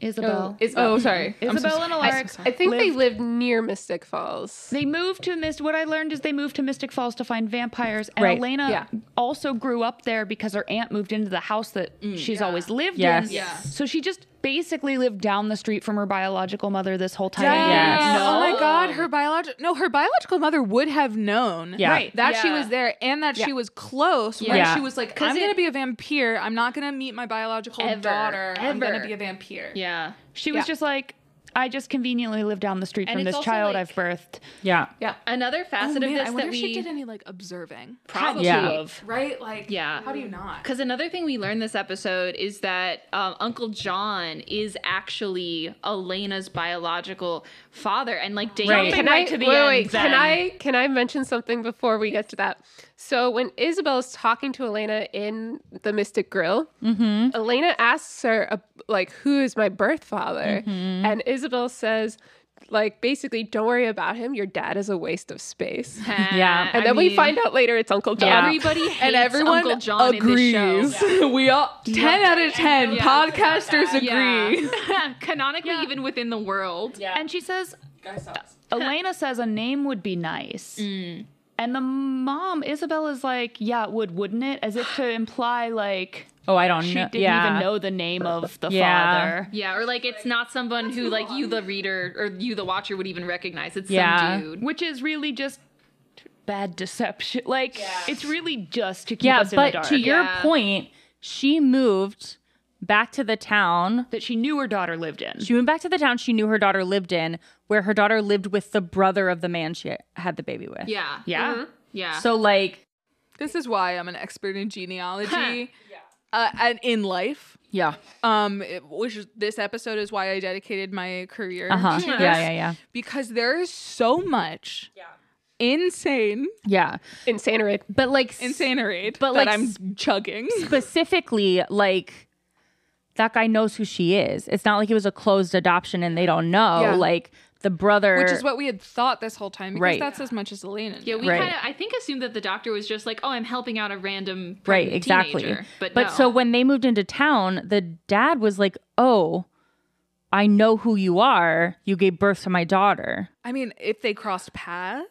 S3: Isabel.
S4: Isabel.
S5: Oh, sorry. I'm so
S3: Isabel
S5: sorry.
S3: and
S5: I'm so
S3: Alaric.
S5: sorry.
S4: I think they lived near Mystic Falls.
S3: They moved to Mist. What I learned is they moved to Mystic Falls to find vampires. And
S2: Right.
S3: Elena
S4: Yeah.
S3: also grew up there because her aunt moved into the house that she's always lived
S2: Yes.
S3: in.
S1: Yeah.
S3: So she just basically lived down the street from her biological mother this whole time.
S5: Yeah.
S2: Yes.
S5: Oh my god, her biological no, her biological mother would have known
S2: Yeah. Right.
S5: that she
S1: Yeah.
S5: was there and that she was close when
S2: Yeah.
S5: she was like, I'm
S1: it-
S5: gonna be a vampire. I'm not gonna meet my biological
S1: Ever.
S5: daughter. I'm
S1: Ever.
S5: gonna be a vampire.
S1: Yeah.
S3: She was
S5: Yeah.
S3: just like, I just conveniently live down the street
S1: And
S3: from
S1: it's
S3: this
S1: also
S3: child
S1: like-
S3: I've birthed.
S2: Yeah.
S1: Another
S5: Oh,
S1: facet
S5: man,
S1: of this
S5: I wonder
S1: that
S5: if
S1: we
S5: she did any like observing.
S1: probably
S2: Yeah.
S5: Right? Like
S1: Yeah.
S5: how do you not?
S1: Because another thing we learned this episode is that um, Uncle John is actually Elena's biological father, and like Damon.
S2: Right.
S4: Can
S3: Right
S4: I
S3: to the
S4: wait,
S3: end
S4: wait, can
S3: then.
S4: I can I mention something before we get to that? So when Isabel is talking to Elena in the Mystic Grill, Elena asks her uh, like, "Who is my birth father?" And Isabel says, like, basically, don't worry about him. Your dad is a waste of space.
S2: Yeah.
S4: And then we find out later it's Uncle John.
S1: everybody hates
S5: and everyone
S1: Uncle John
S5: agrees.
S1: in this show.
S5: we all ten out of ten
S1: Yeah.
S5: podcasters agree.
S1: Yeah. Canonically, even within the world. Yeah.
S3: And she says, uh, Elena says a name would be nice. And the mom, Isabel, is like, yeah, it would, wouldn't it? As if to imply, like,
S2: Oh, I don't
S3: she
S2: know.
S3: didn't
S2: yeah.
S3: even know the name of the
S2: Yeah.
S3: father.
S1: or like it's not someone who like you the reader or you the watcher would even recognize. It's
S2: Yeah.
S1: some dude.
S3: which is really just bad deception. Like it's really just to keep
S2: Yeah,
S3: us in the
S2: but
S3: dark.
S2: to your
S1: Yeah.
S2: point, she moved back to the town
S3: that she knew her daughter lived in.
S2: She went back to the town she knew her daughter lived in, where her daughter lived with the brother of the man she had the baby with.
S1: Yeah,
S3: Yeah.
S1: Mhm. yeah.
S2: So like,
S5: This is why I'm an expert in genealogy. Uh, and in life,
S2: yeah,
S5: um, it- which is- this episode is why I dedicated my career
S2: uh huh,
S5: to
S2: yeah,
S5: this,
S2: yeah, yeah,
S5: because there is so much insane,
S2: yeah.
S4: Insanerid.
S2: But like,
S5: insanerid
S2: But,
S5: but that
S2: like,
S5: I'm chugging.
S2: specifically, like that guy knows who she is. It's not like it was a closed adoption and they don't know.
S5: Yeah.
S2: Like the brother,
S5: Which is what we had thought this whole time, because
S2: Right.
S5: that's as much as Elena.
S1: yeah, we
S2: Right.
S1: kind of I think assumed that the doctor was just like, oh, I'm helping out a random
S2: right?
S1: pregnant
S2: Exactly.
S1: teenager. But no.
S2: so when they moved into town, the dad was like, "Oh, I know who you are. You gave birth to my daughter."
S5: I mean, if they crossed paths,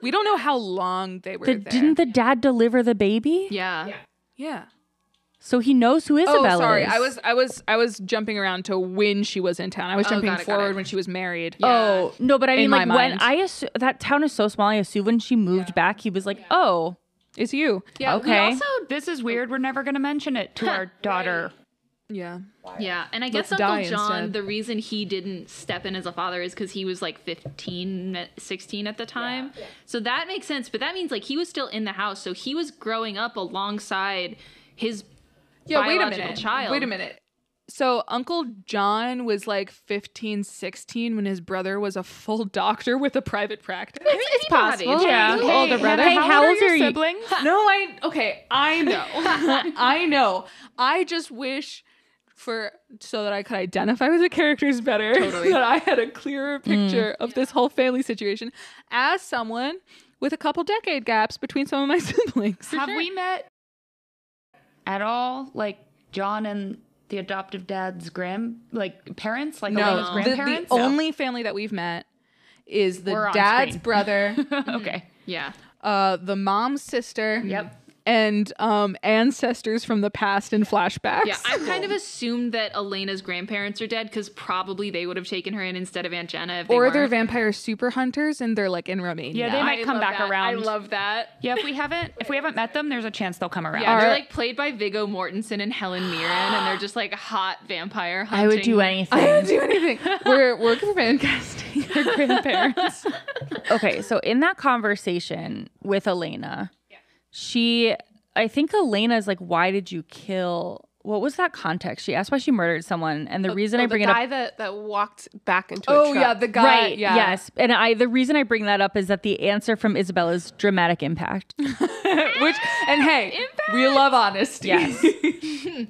S5: we don't know how long they were
S2: The,
S5: there.
S2: didn't the dad deliver the baby?
S1: yeah,
S5: yeah.
S2: So he knows who Isabel
S5: oh, sorry.
S2: is.
S5: I was, I was, I was jumping around to when she was in town. I was
S1: Oh,
S5: jumping
S1: got it, got
S5: forward
S1: it.
S5: when she was married.
S2: Oh no, but I
S5: In
S2: mean,
S5: my
S2: like when
S5: mind.
S2: I assu- that town is so small. I assume when she moved back, he was like, "Oh,
S5: it's you.
S1: yeah.
S2: Okay.
S1: We also
S3: This is weird. We're never going to mention it to our daughter.
S5: Yeah.
S1: Yeah, and I guess
S5: Let's die
S1: Uncle John,
S5: instead.
S1: the reason he didn't step in as a father is because he was like 15, 16 at the time. So that makes sense, but that means like he was still in the house, so he was growing up alongside his
S5: Yeah. Wait a
S1: biological
S5: minute.
S1: child.
S5: Wait a minute. so Uncle John was like 15, 16 when his brother was a full doctor with a private practice.
S4: It's possible.
S2: Oh, Yeah.
S4: Hey, Older brother.
S2: Hey, how old are you?
S5: siblings? no, I okay, I know. I know. I just wish for so that I could identify with the characters better, so that I had a clearer picture of this whole family situation as someone with a couple decade gaps between some of my siblings.
S3: Have we met at all? Like John and the adoptive dad's grand like parents, like Elena's
S5: the, the
S3: grandparents.
S5: only family that we've met is the
S3: We're on
S5: dad's
S3: screen.
S5: brother,
S3: okay.
S1: Yeah.
S5: uh, the mom's sister,
S3: Yep.
S5: and um, ancestors from the past and flashbacks.
S1: Yeah, I kind of assumed that Elena's grandparents are dead because probably they would have taken her in instead of Aunt Jenna if they
S5: or
S1: weren't.
S5: they're vampire super hunters, and they're like in Romania.
S3: Yeah, they might
S1: I
S3: come
S1: love
S3: back
S1: that.
S3: around.
S1: I love that.
S3: Yeah, if we haven't if we haven't met them, there's a chance they'll come around.
S1: Yeah,
S5: Are-
S1: they're like played by Viggo Mortensen and Helen Mirren, and they're just like hot vampire hunting.
S2: I would do anything.
S5: I didn't do anything. We're we're fancasting their grandparents.
S2: okay, so in that conversation with Elena, she, I think Elena's like, why did you kill? What was that context? She asked why she murdered someone, and the reason I bring
S4: the
S2: it up
S4: guy that, that walked back into a
S5: oh
S4: truck.
S5: yeah, the guy.
S2: Right.
S5: Yeah.
S2: Yes. And I the reason I bring that up is that the answer from Isabel is dramatic impact.
S5: Which and hey, we love honesty.
S2: Yes.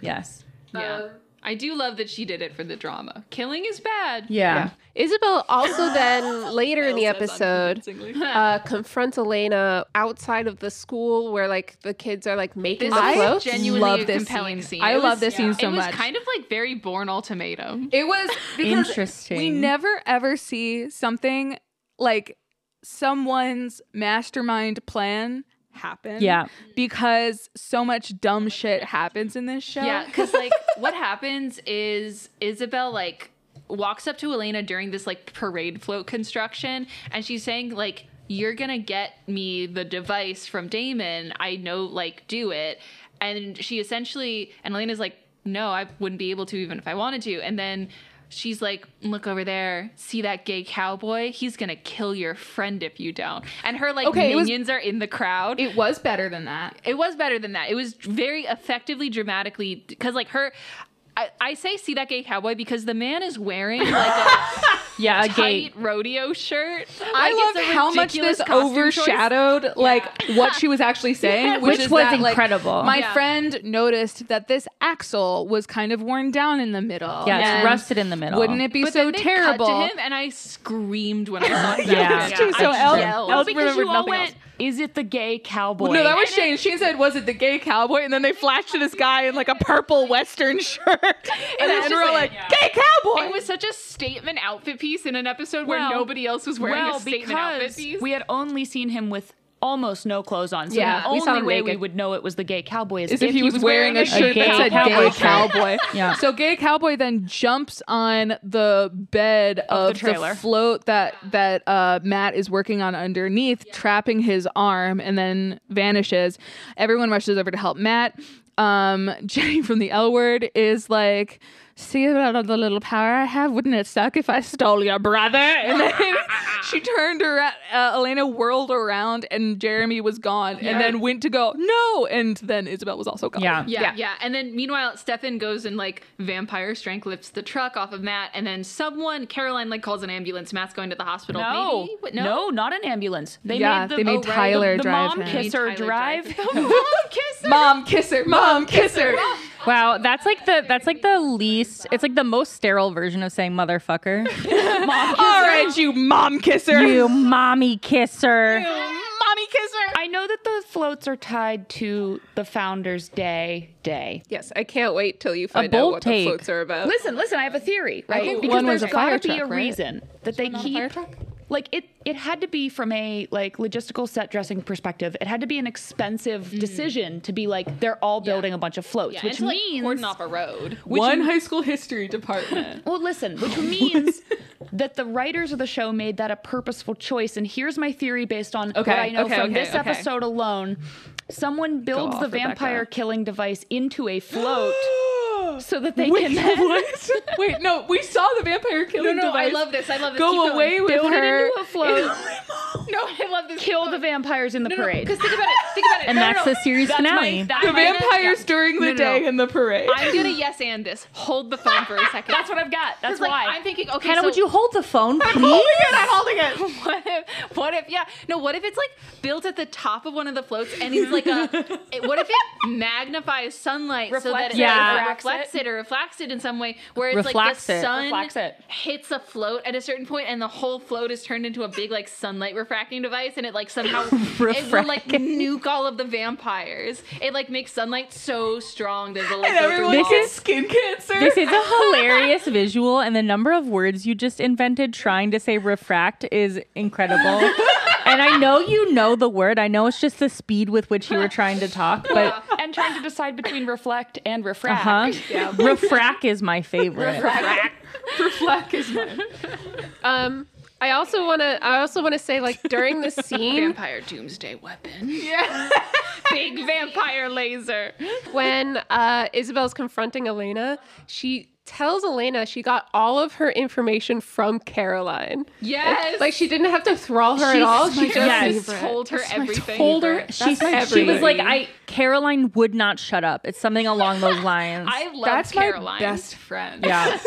S2: yes.
S1: Yeah. I do love that she did it for the drama. Killing is bad.
S2: Yeah.
S4: Isabel also then later in the episode uh, confronts Elena outside of the school where like the kids are like making
S1: This
S4: the
S1: was
S4: clothes.
S1: genuinely
S5: Love
S1: a
S5: this
S1: compelling
S5: scene.
S1: scene.
S5: I
S1: It
S5: love
S1: was-
S5: this scene so
S1: it was
S5: much.
S1: kind of like very born ultimatum.
S5: It was because
S2: Interesting.
S5: We never ever see something like someone's mastermind plan happen.
S2: Yeah.
S5: Because so much dumb shit happens in this show.
S1: Yeah, because like what happens is Isabel like walks up to Elena during this like parade float construction, and she's saying like, "You're gonna get me the device from Damon. I know, like, do it." And she essentially, and Elena's like, "No, I wouldn't be able to even if I wanted to." And then. She's like, look over there, see that gay cowboy? He's gonna kill your friend if you don't. And her like
S5: Okay, it was-
S1: minions are in the crowd
S5: It was better than that.
S1: it was better than that. It was very effectively, dramatically, because like her. I, I say see that gay cowboy because the man is wearing like a
S2: Yeah. A
S1: tight
S2: gate.
S1: rodeo shirt. Like,
S5: I
S1: it's
S5: love
S1: a
S5: how much
S1: ridiculous
S5: this
S1: costume choice.
S5: overshadowed like what she was actually saying, which,
S2: Which
S5: is
S2: was
S5: that, like,
S2: incredible.
S5: my
S1: Yeah.
S5: friend noticed that this axle was kind of worn down in the middle.
S2: Yeah. It's
S5: and
S2: rusted in the middle.
S5: Wouldn't it be
S1: But
S5: so
S1: then they
S5: terrible?
S1: Cut to him and I screamed when I saw that.
S2: Yeah.
S5: She was so El-
S1: yelled.
S5: El
S1: because
S5: remembered
S1: you all
S5: nothing
S1: went.
S5: else.
S3: Is it the gay cowboy?
S5: No, that was
S1: And
S5: Shane. Shane said, "Was it the gay cowboy?" And then they flashed to this guy in like a purple western shirt, and,
S1: was
S5: then
S1: just
S5: we we're like,
S1: like-
S5: "Gay cowboy."
S1: It was such a statement outfit piece in an episode where
S3: Well-
S1: nobody else was wearing
S3: well
S1: a statement outfit
S3: because
S1: piece.
S3: we had only seen him with almost no clothes on. So
S5: Yeah,
S3: the
S5: we
S3: only
S5: saw him
S3: way we
S5: naked.
S3: would know it was the gay cowboy is,
S5: As if, he was, wearing, a shirt
S2: gay
S5: that said
S2: cowboy
S5: "gay
S2: shirt.
S5: cowboy."
S2: Yeah.
S5: So gay cowboy then jumps on the bed of,
S3: the trailer.
S5: float that that uh, Matt is working on underneath, trapping his arm, and then vanishes. Everyone rushes over to help Matt. Um, Jenny from the L Word is like. See about the little power I have. Wouldn't it suck if I stole your brother? And then she turned around. Uh, Elena whirled around, and Jeremy was gone. And then went to go no. And then Isabel was also gone.
S2: Yeah.
S1: Yeah, yeah, And then meanwhile, Stefan goes and like vampire strength lifts the truck off of Matt, and then someone Caroline like calls an ambulance. Matt's going to the hospital.
S3: No,
S1: Maybe? What-
S3: no, not an ambulance. They
S5: Yeah,
S3: made the,
S5: they made
S3: oh, right, the-
S5: Tyler
S3: the,
S5: drive
S3: mom
S5: him.
S3: kiss
S1: They
S3: or
S1: made Tyler
S3: drive.
S1: drive him. Mom kiss her.
S5: Mom kisser, mom kisser.
S2: Wow. That's like the that's like the least. It's like the most sterile version of saying motherfucker.
S5: All right, you mom kisser.
S2: you mommy kisser.
S5: mommy kisser.
S3: I know that the floats are tied to the Founders Day day.
S4: yes, I can't wait till you find out
S2: bold
S4: what
S2: take.
S4: the floats are about.
S3: Listen, listen, I have a theory, right?
S5: think
S3: because
S5: one was
S3: there's
S5: a fire
S3: gotta be a
S5: truck, right?
S3: reason that they keep like it it had to be from a like logistical set dressing perspective. It had to be an expensive
S5: Mm.
S3: decision to be like they're all building a bunch of floats,
S1: Yeah, and
S3: which
S1: to, like,
S3: means
S1: cordon off a road.
S5: One high school history department.
S3: Well, listen, which means that the writers of the show made that a purposeful choice. And here's my theory based on
S5: Okay,
S3: what I know
S5: okay,
S3: from
S5: okay,
S3: this
S5: okay.
S3: episode alone. Someone builds
S5: off,
S3: the
S5: Rebecca.
S3: vampire killing device into a float so that they can then
S5: what? Wait, no, we saw the vampire killing
S1: No, no, I
S5: device.
S1: love this. I love this.
S5: Go
S1: Keep going.
S5: away with
S3: build it
S5: her.
S3: into a float.
S1: no, I love this.
S3: kill the vampires in the parade.
S1: Because think about it. Think about it.
S2: And
S1: No, no,
S2: that's
S1: no.
S2: the series
S1: That's
S2: finale.
S1: My, that's
S5: The
S1: my-
S5: vampires
S1: yeah.
S5: during the
S3: No, no,
S5: day
S3: no.
S5: in the parade.
S1: I'm gonna yes and this. Hold the phone for a second.
S3: That's what I've got. That's
S1: 'Cause, like,
S3: why.
S1: I'm thinking. Okay,
S2: Hannah,
S1: so
S2: would you hold the phone, please?
S1: what if what if yeah no what if it's like built at the top of one of the floats and it's like a it- what if it magnifies sunlight so that it like,
S2: it,
S3: Reflects
S2: Yeah.
S1: reflects it or reflects it in some way where it's
S2: Reflects
S1: like
S2: it.
S1: the sun
S3: Reflects it.
S1: hits a float at a certain point and the whole float is turned into a big like sunlight refracting device and it like somehow it will like nuke all of the vampires it like makes sunlight so strong that it'll like
S5: and
S1: go through
S5: everyone
S2: This
S5: gets
S1: walls.
S2: is-
S5: skin cancer.
S2: This is a hilarious visual, and the number of words you just invented trying to say refract is incredible. and I know you know the word. I know it's just the speed with which you were trying to talk, but
S3: and trying to decide between reflect and refract.
S2: uh-huh. refract is my favorite.
S5: Fleck is my
S4: Um, I also want to. I also want to say, like during the scene
S1: vampire doomsday weapon yeah big vampire laser
S4: when uh, Isabel's confronting Elena, she tells Elena she got all of her information from Caroline.
S1: yes
S4: Like she didn't have to thrall her at all. She just
S2: Yes.
S1: just told her everything.
S4: told her.
S2: She,
S4: That's
S2: she was like,
S4: everything.
S2: I Caroline would not shut up. It's something along those lines.
S1: I love
S5: That's
S1: Caroline.
S5: my best friend.
S2: yeah.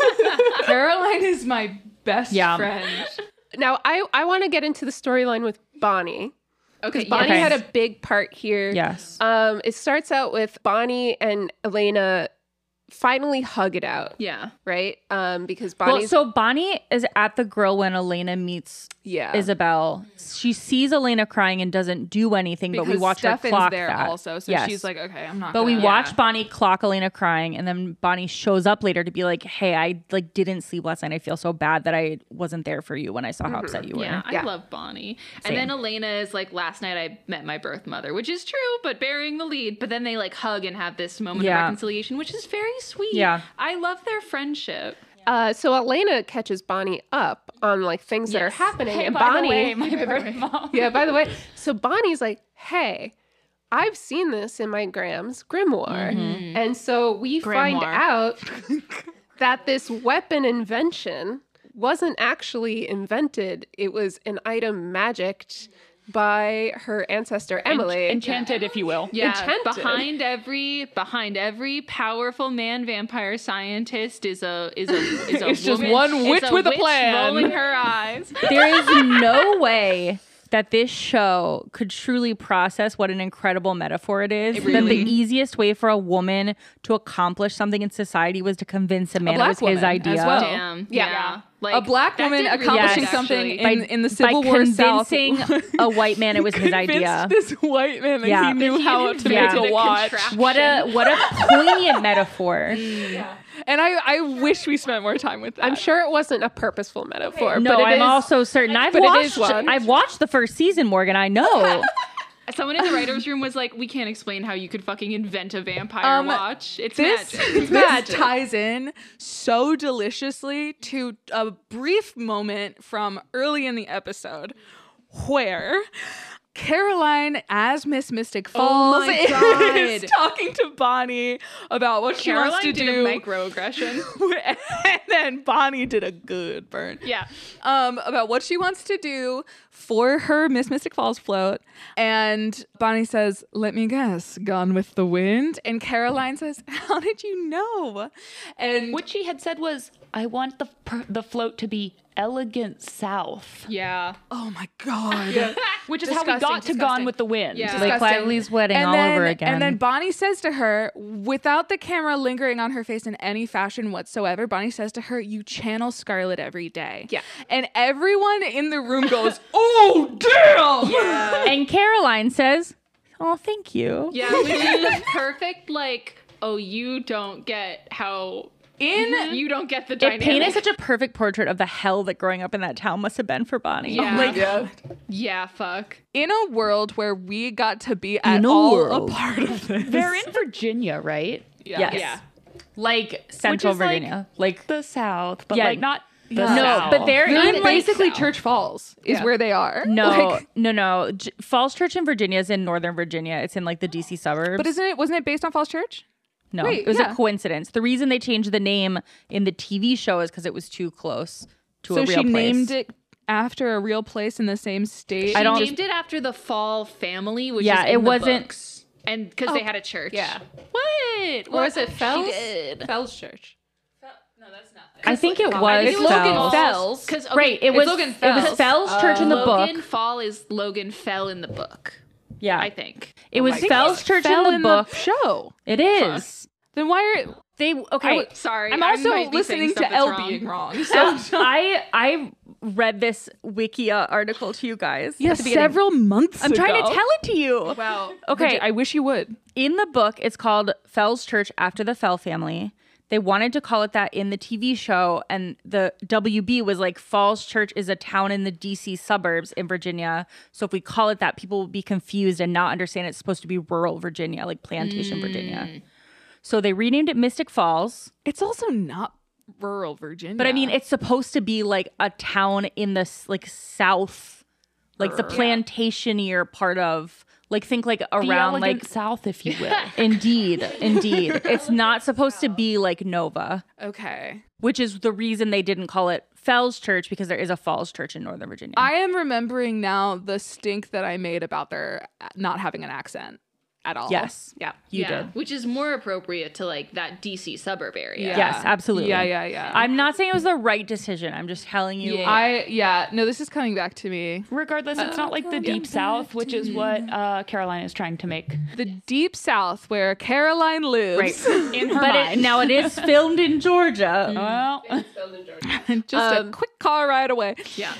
S5: Caroline is my best
S2: Yeah.
S5: friend.
S4: Now I I want to get into the storyline with Bonnie.
S1: Okay,
S4: Bonnie
S2: Okay.
S4: had a big part here.
S2: Yes.
S4: Um, it starts out with Bonnie and Elena finally hug it out,
S1: yeah.
S4: right? Um, because
S2: Well,
S4: Bonnie's
S2: so Bonnie is at the grill when Elena meets
S4: yeah.
S2: Isabel. She sees Elena crying and doesn't do anything, but we watch her
S5: Stefan's
S2: clock
S5: there
S2: that.
S5: also, so
S2: Yes.
S5: she's like, okay, I'm not.
S2: But we
S5: gonna-
S2: watch Bonnie clock Elena crying, and then Bonnie shows up later to be like, "Hey, I like didn't sleep last night. I feel so bad that I wasn't there for you when I saw how upset you were."
S1: Yeah, I
S4: Yeah.
S1: love Bonnie. And then Elena is like, last night I met my birth mother, which is true, but bearing the lead. But then they like hug and have this moment
S2: Yeah.
S1: of reconciliation, which is very sweet.
S2: Yeah.
S1: I love their friendship.
S4: Uh, so Elena catches Bonnie up on like things that are happening, and Bonnie, yeah. By the way, so Bonnie's like, "Hey, I've seen this in my Graham's grimoire," and so we find
S5: Grimoire.
S4: out that this weapon invention wasn't actually invented; it was an item magicked by her ancestor Emily.
S3: Enchanted, if you will.
S1: Yeah,
S4: Enchanted.
S1: behind every behind every powerful man vampire scientist is a is a is a
S5: It's just
S1: woman-
S5: one
S1: is
S5: witch with a plan.
S1: rolling her eyes.
S2: There is no way that this show could truly process what an incredible metaphor it is. that
S1: really-
S2: the easiest way for a woman to accomplish something in society was to convince a man it
S5: black
S2: was
S5: woman
S2: his
S5: as
S2: idea.
S5: well.
S1: Damn.
S4: Yeah.
S1: Yeah. Like
S5: a black
S1: that
S5: woman
S1: did really
S5: accomplishing
S1: work,
S5: something
S1: actually.
S5: in, in the
S2: By
S5: Civil War South.
S2: convincing a white man it was his
S5: convinced
S2: idea.
S5: This white man that
S2: Yeah.
S5: he knew how to
S2: invented
S5: make
S2: a
S5: a watch.
S1: contraption.
S2: What a what a poignant metaphor.
S5: Mm. And I, I wish we spent more time with that.
S4: I'm sure it wasn't a purposeful metaphor,
S2: No,
S4: but it
S2: I'm
S4: is-
S2: also certain I've
S4: but it is
S2: watched
S4: one.
S2: I've watched the first season, Morgan. I know.
S1: Someone in the writers' room was like, "We can't explain how you could fucking invent a vampire
S5: Um,
S1: watch. It's
S5: this,
S1: magic.
S5: this ties in so deliciously to a brief moment from early in the episode where Caroline, as Miss Mystic Falls,
S1: Oh my God.
S5: is talking to Bonnie about what she
S1: Caroline
S5: wants to
S1: did
S5: do.
S1: a microaggression.
S5: and then Bonnie did a good burn.
S1: Yeah,
S5: um, about what she wants to do for her Miss Mystic Falls float. And Bonnie says, Let me guess, Gone with the Wind. And Caroline says, How did you know? And
S3: What she had said was, "I want the per- the float to be elegant South,"
S1: yeah.
S5: oh my God.
S3: which is how we
S1: Disgusting,
S3: got to Gone
S1: disgusting.
S3: with the Wind.
S1: Yeah.
S2: Blake
S5: Disgusting.
S2: Lively's wedding all
S5: then,
S2: over again.
S5: And then Bonnie says to her, without the camera lingering on her face in any fashion whatsoever, Bonnie says to her, You channel Scarlet every day.
S4: Yeah.
S5: And everyone in the room goes, Oh, damn.
S2: and Caroline says, "Oh, thank you."
S1: Yeah, which is the perfect like, oh, you don't get how in you don't get the
S2: It
S1: dynamic.
S2: painted such a perfect portrait of the hell that growing up in that town must have been for Bonnie.
S1: yeah,
S4: yeah.
S1: yeah, fuck.
S5: in a world where we got to be at
S2: a
S5: all
S2: world.
S5: a part of this.
S3: They're in Virginia, right?
S2: Yes.
S1: Yeah.
S2: Like Central
S3: is like-
S2: Virginia. Like,
S3: The South, but
S2: Yeah.
S3: like not the
S2: no,
S3: South.
S2: but they're in,
S5: They're in
S2: like-
S5: basically Church Falls is
S4: Yeah.
S5: where they are.
S2: no,
S5: Like,
S2: no, no. J- Falls Church in Virginia is in Northern Virginia. It's in like the DC suburbs.
S5: but isn't it wasn't it based on Falls Church?
S2: No,
S5: Wait,
S2: it was
S5: yeah.
S2: a coincidence. The reason they changed the name in the TV show is because it was too close to a
S5: so
S2: real
S5: she
S2: place.
S5: named it after a real place in the same state.
S1: I
S2: don't-
S1: named it after the Fall family, which
S2: Yeah,
S1: is
S2: it
S1: in the
S2: wasn't-
S1: books. Oh. and because they had a church.
S5: yeah.
S1: What?
S4: Or is it Fells?
S1: She did.
S4: Fells Church.
S2: I think it
S1: I
S2: was
S1: think it was
S2: Fells.
S1: Logan Fells. 'cause- okay,
S2: Right, it
S1: it's
S2: was
S1: Logan
S2: it
S1: Fells.
S2: was Fell's Church in the
S1: Logan
S2: book.
S1: Fall is Logan Fell in the book.
S2: Yeah,
S1: I think.
S2: it was Fell's Church
S5: Fell
S2: in the book.
S5: show.
S2: it is.
S5: Then why are
S2: They
S5: I
S2: okay.
S5: would-
S1: Sorry,
S5: I'm
S1: I
S5: also
S1: might be
S5: listening
S1: saying
S5: to
S1: stuff
S5: L
S1: that's wrong.
S5: being wrong.
S2: So I I read this Wikia article to you guys. at the beginning.
S5: months.
S2: I'm trying to tell it to you.
S5: Wow.
S2: Okay.
S5: Okay, I wish you would.
S2: in the book, it's called Fell's Church after the Fell family. They wanted to call it that in the TV show, and the WB was like, Falls Church is a town in the DC suburbs in Virginia. So if we call it that, people will be confused and not understand it's supposed to be rural Virginia, like Plantation,
S3: Mm.
S2: Virginia. So they renamed it Mystic Falls.
S5: It's also not rural Virginia.
S2: But I mean, it's supposed to be like a town in the s- like South, like the plantationeer part of, like, think like
S3: The
S2: around
S3: elegant
S2: like
S3: south, if you will.
S2: Indeed, indeed. It's not supposed to be like Nova,
S5: okay.
S2: which is the reason they didn't call it Fell's Church because there is a Falls Church in Northern Virginia.
S5: I am remembering now the stink that I made about their not having an accent at all.
S2: yes.
S5: Yeah.
S2: You
S1: yeah,
S2: did.
S1: which is more appropriate to like that DC suburb area.
S5: Yeah.
S2: Yes, absolutely.
S5: Yeah, yeah, yeah.
S2: I'm not saying it was the right decision. I'm just telling you.
S1: Yeah.
S5: I yeah, no, this is coming back to me.
S3: Regardless, it's not like
S4: Oh,
S3: the deep south, which is what uh, Carolina is trying to make.
S5: The deep south where Caroline lives.
S3: In her
S2: But it,
S3: mind.
S2: now it is filmed in
S1: Mm.
S2: Georgia.
S3: well,
S5: Just
S4: Um,
S5: a quick car ride away.
S1: yeah,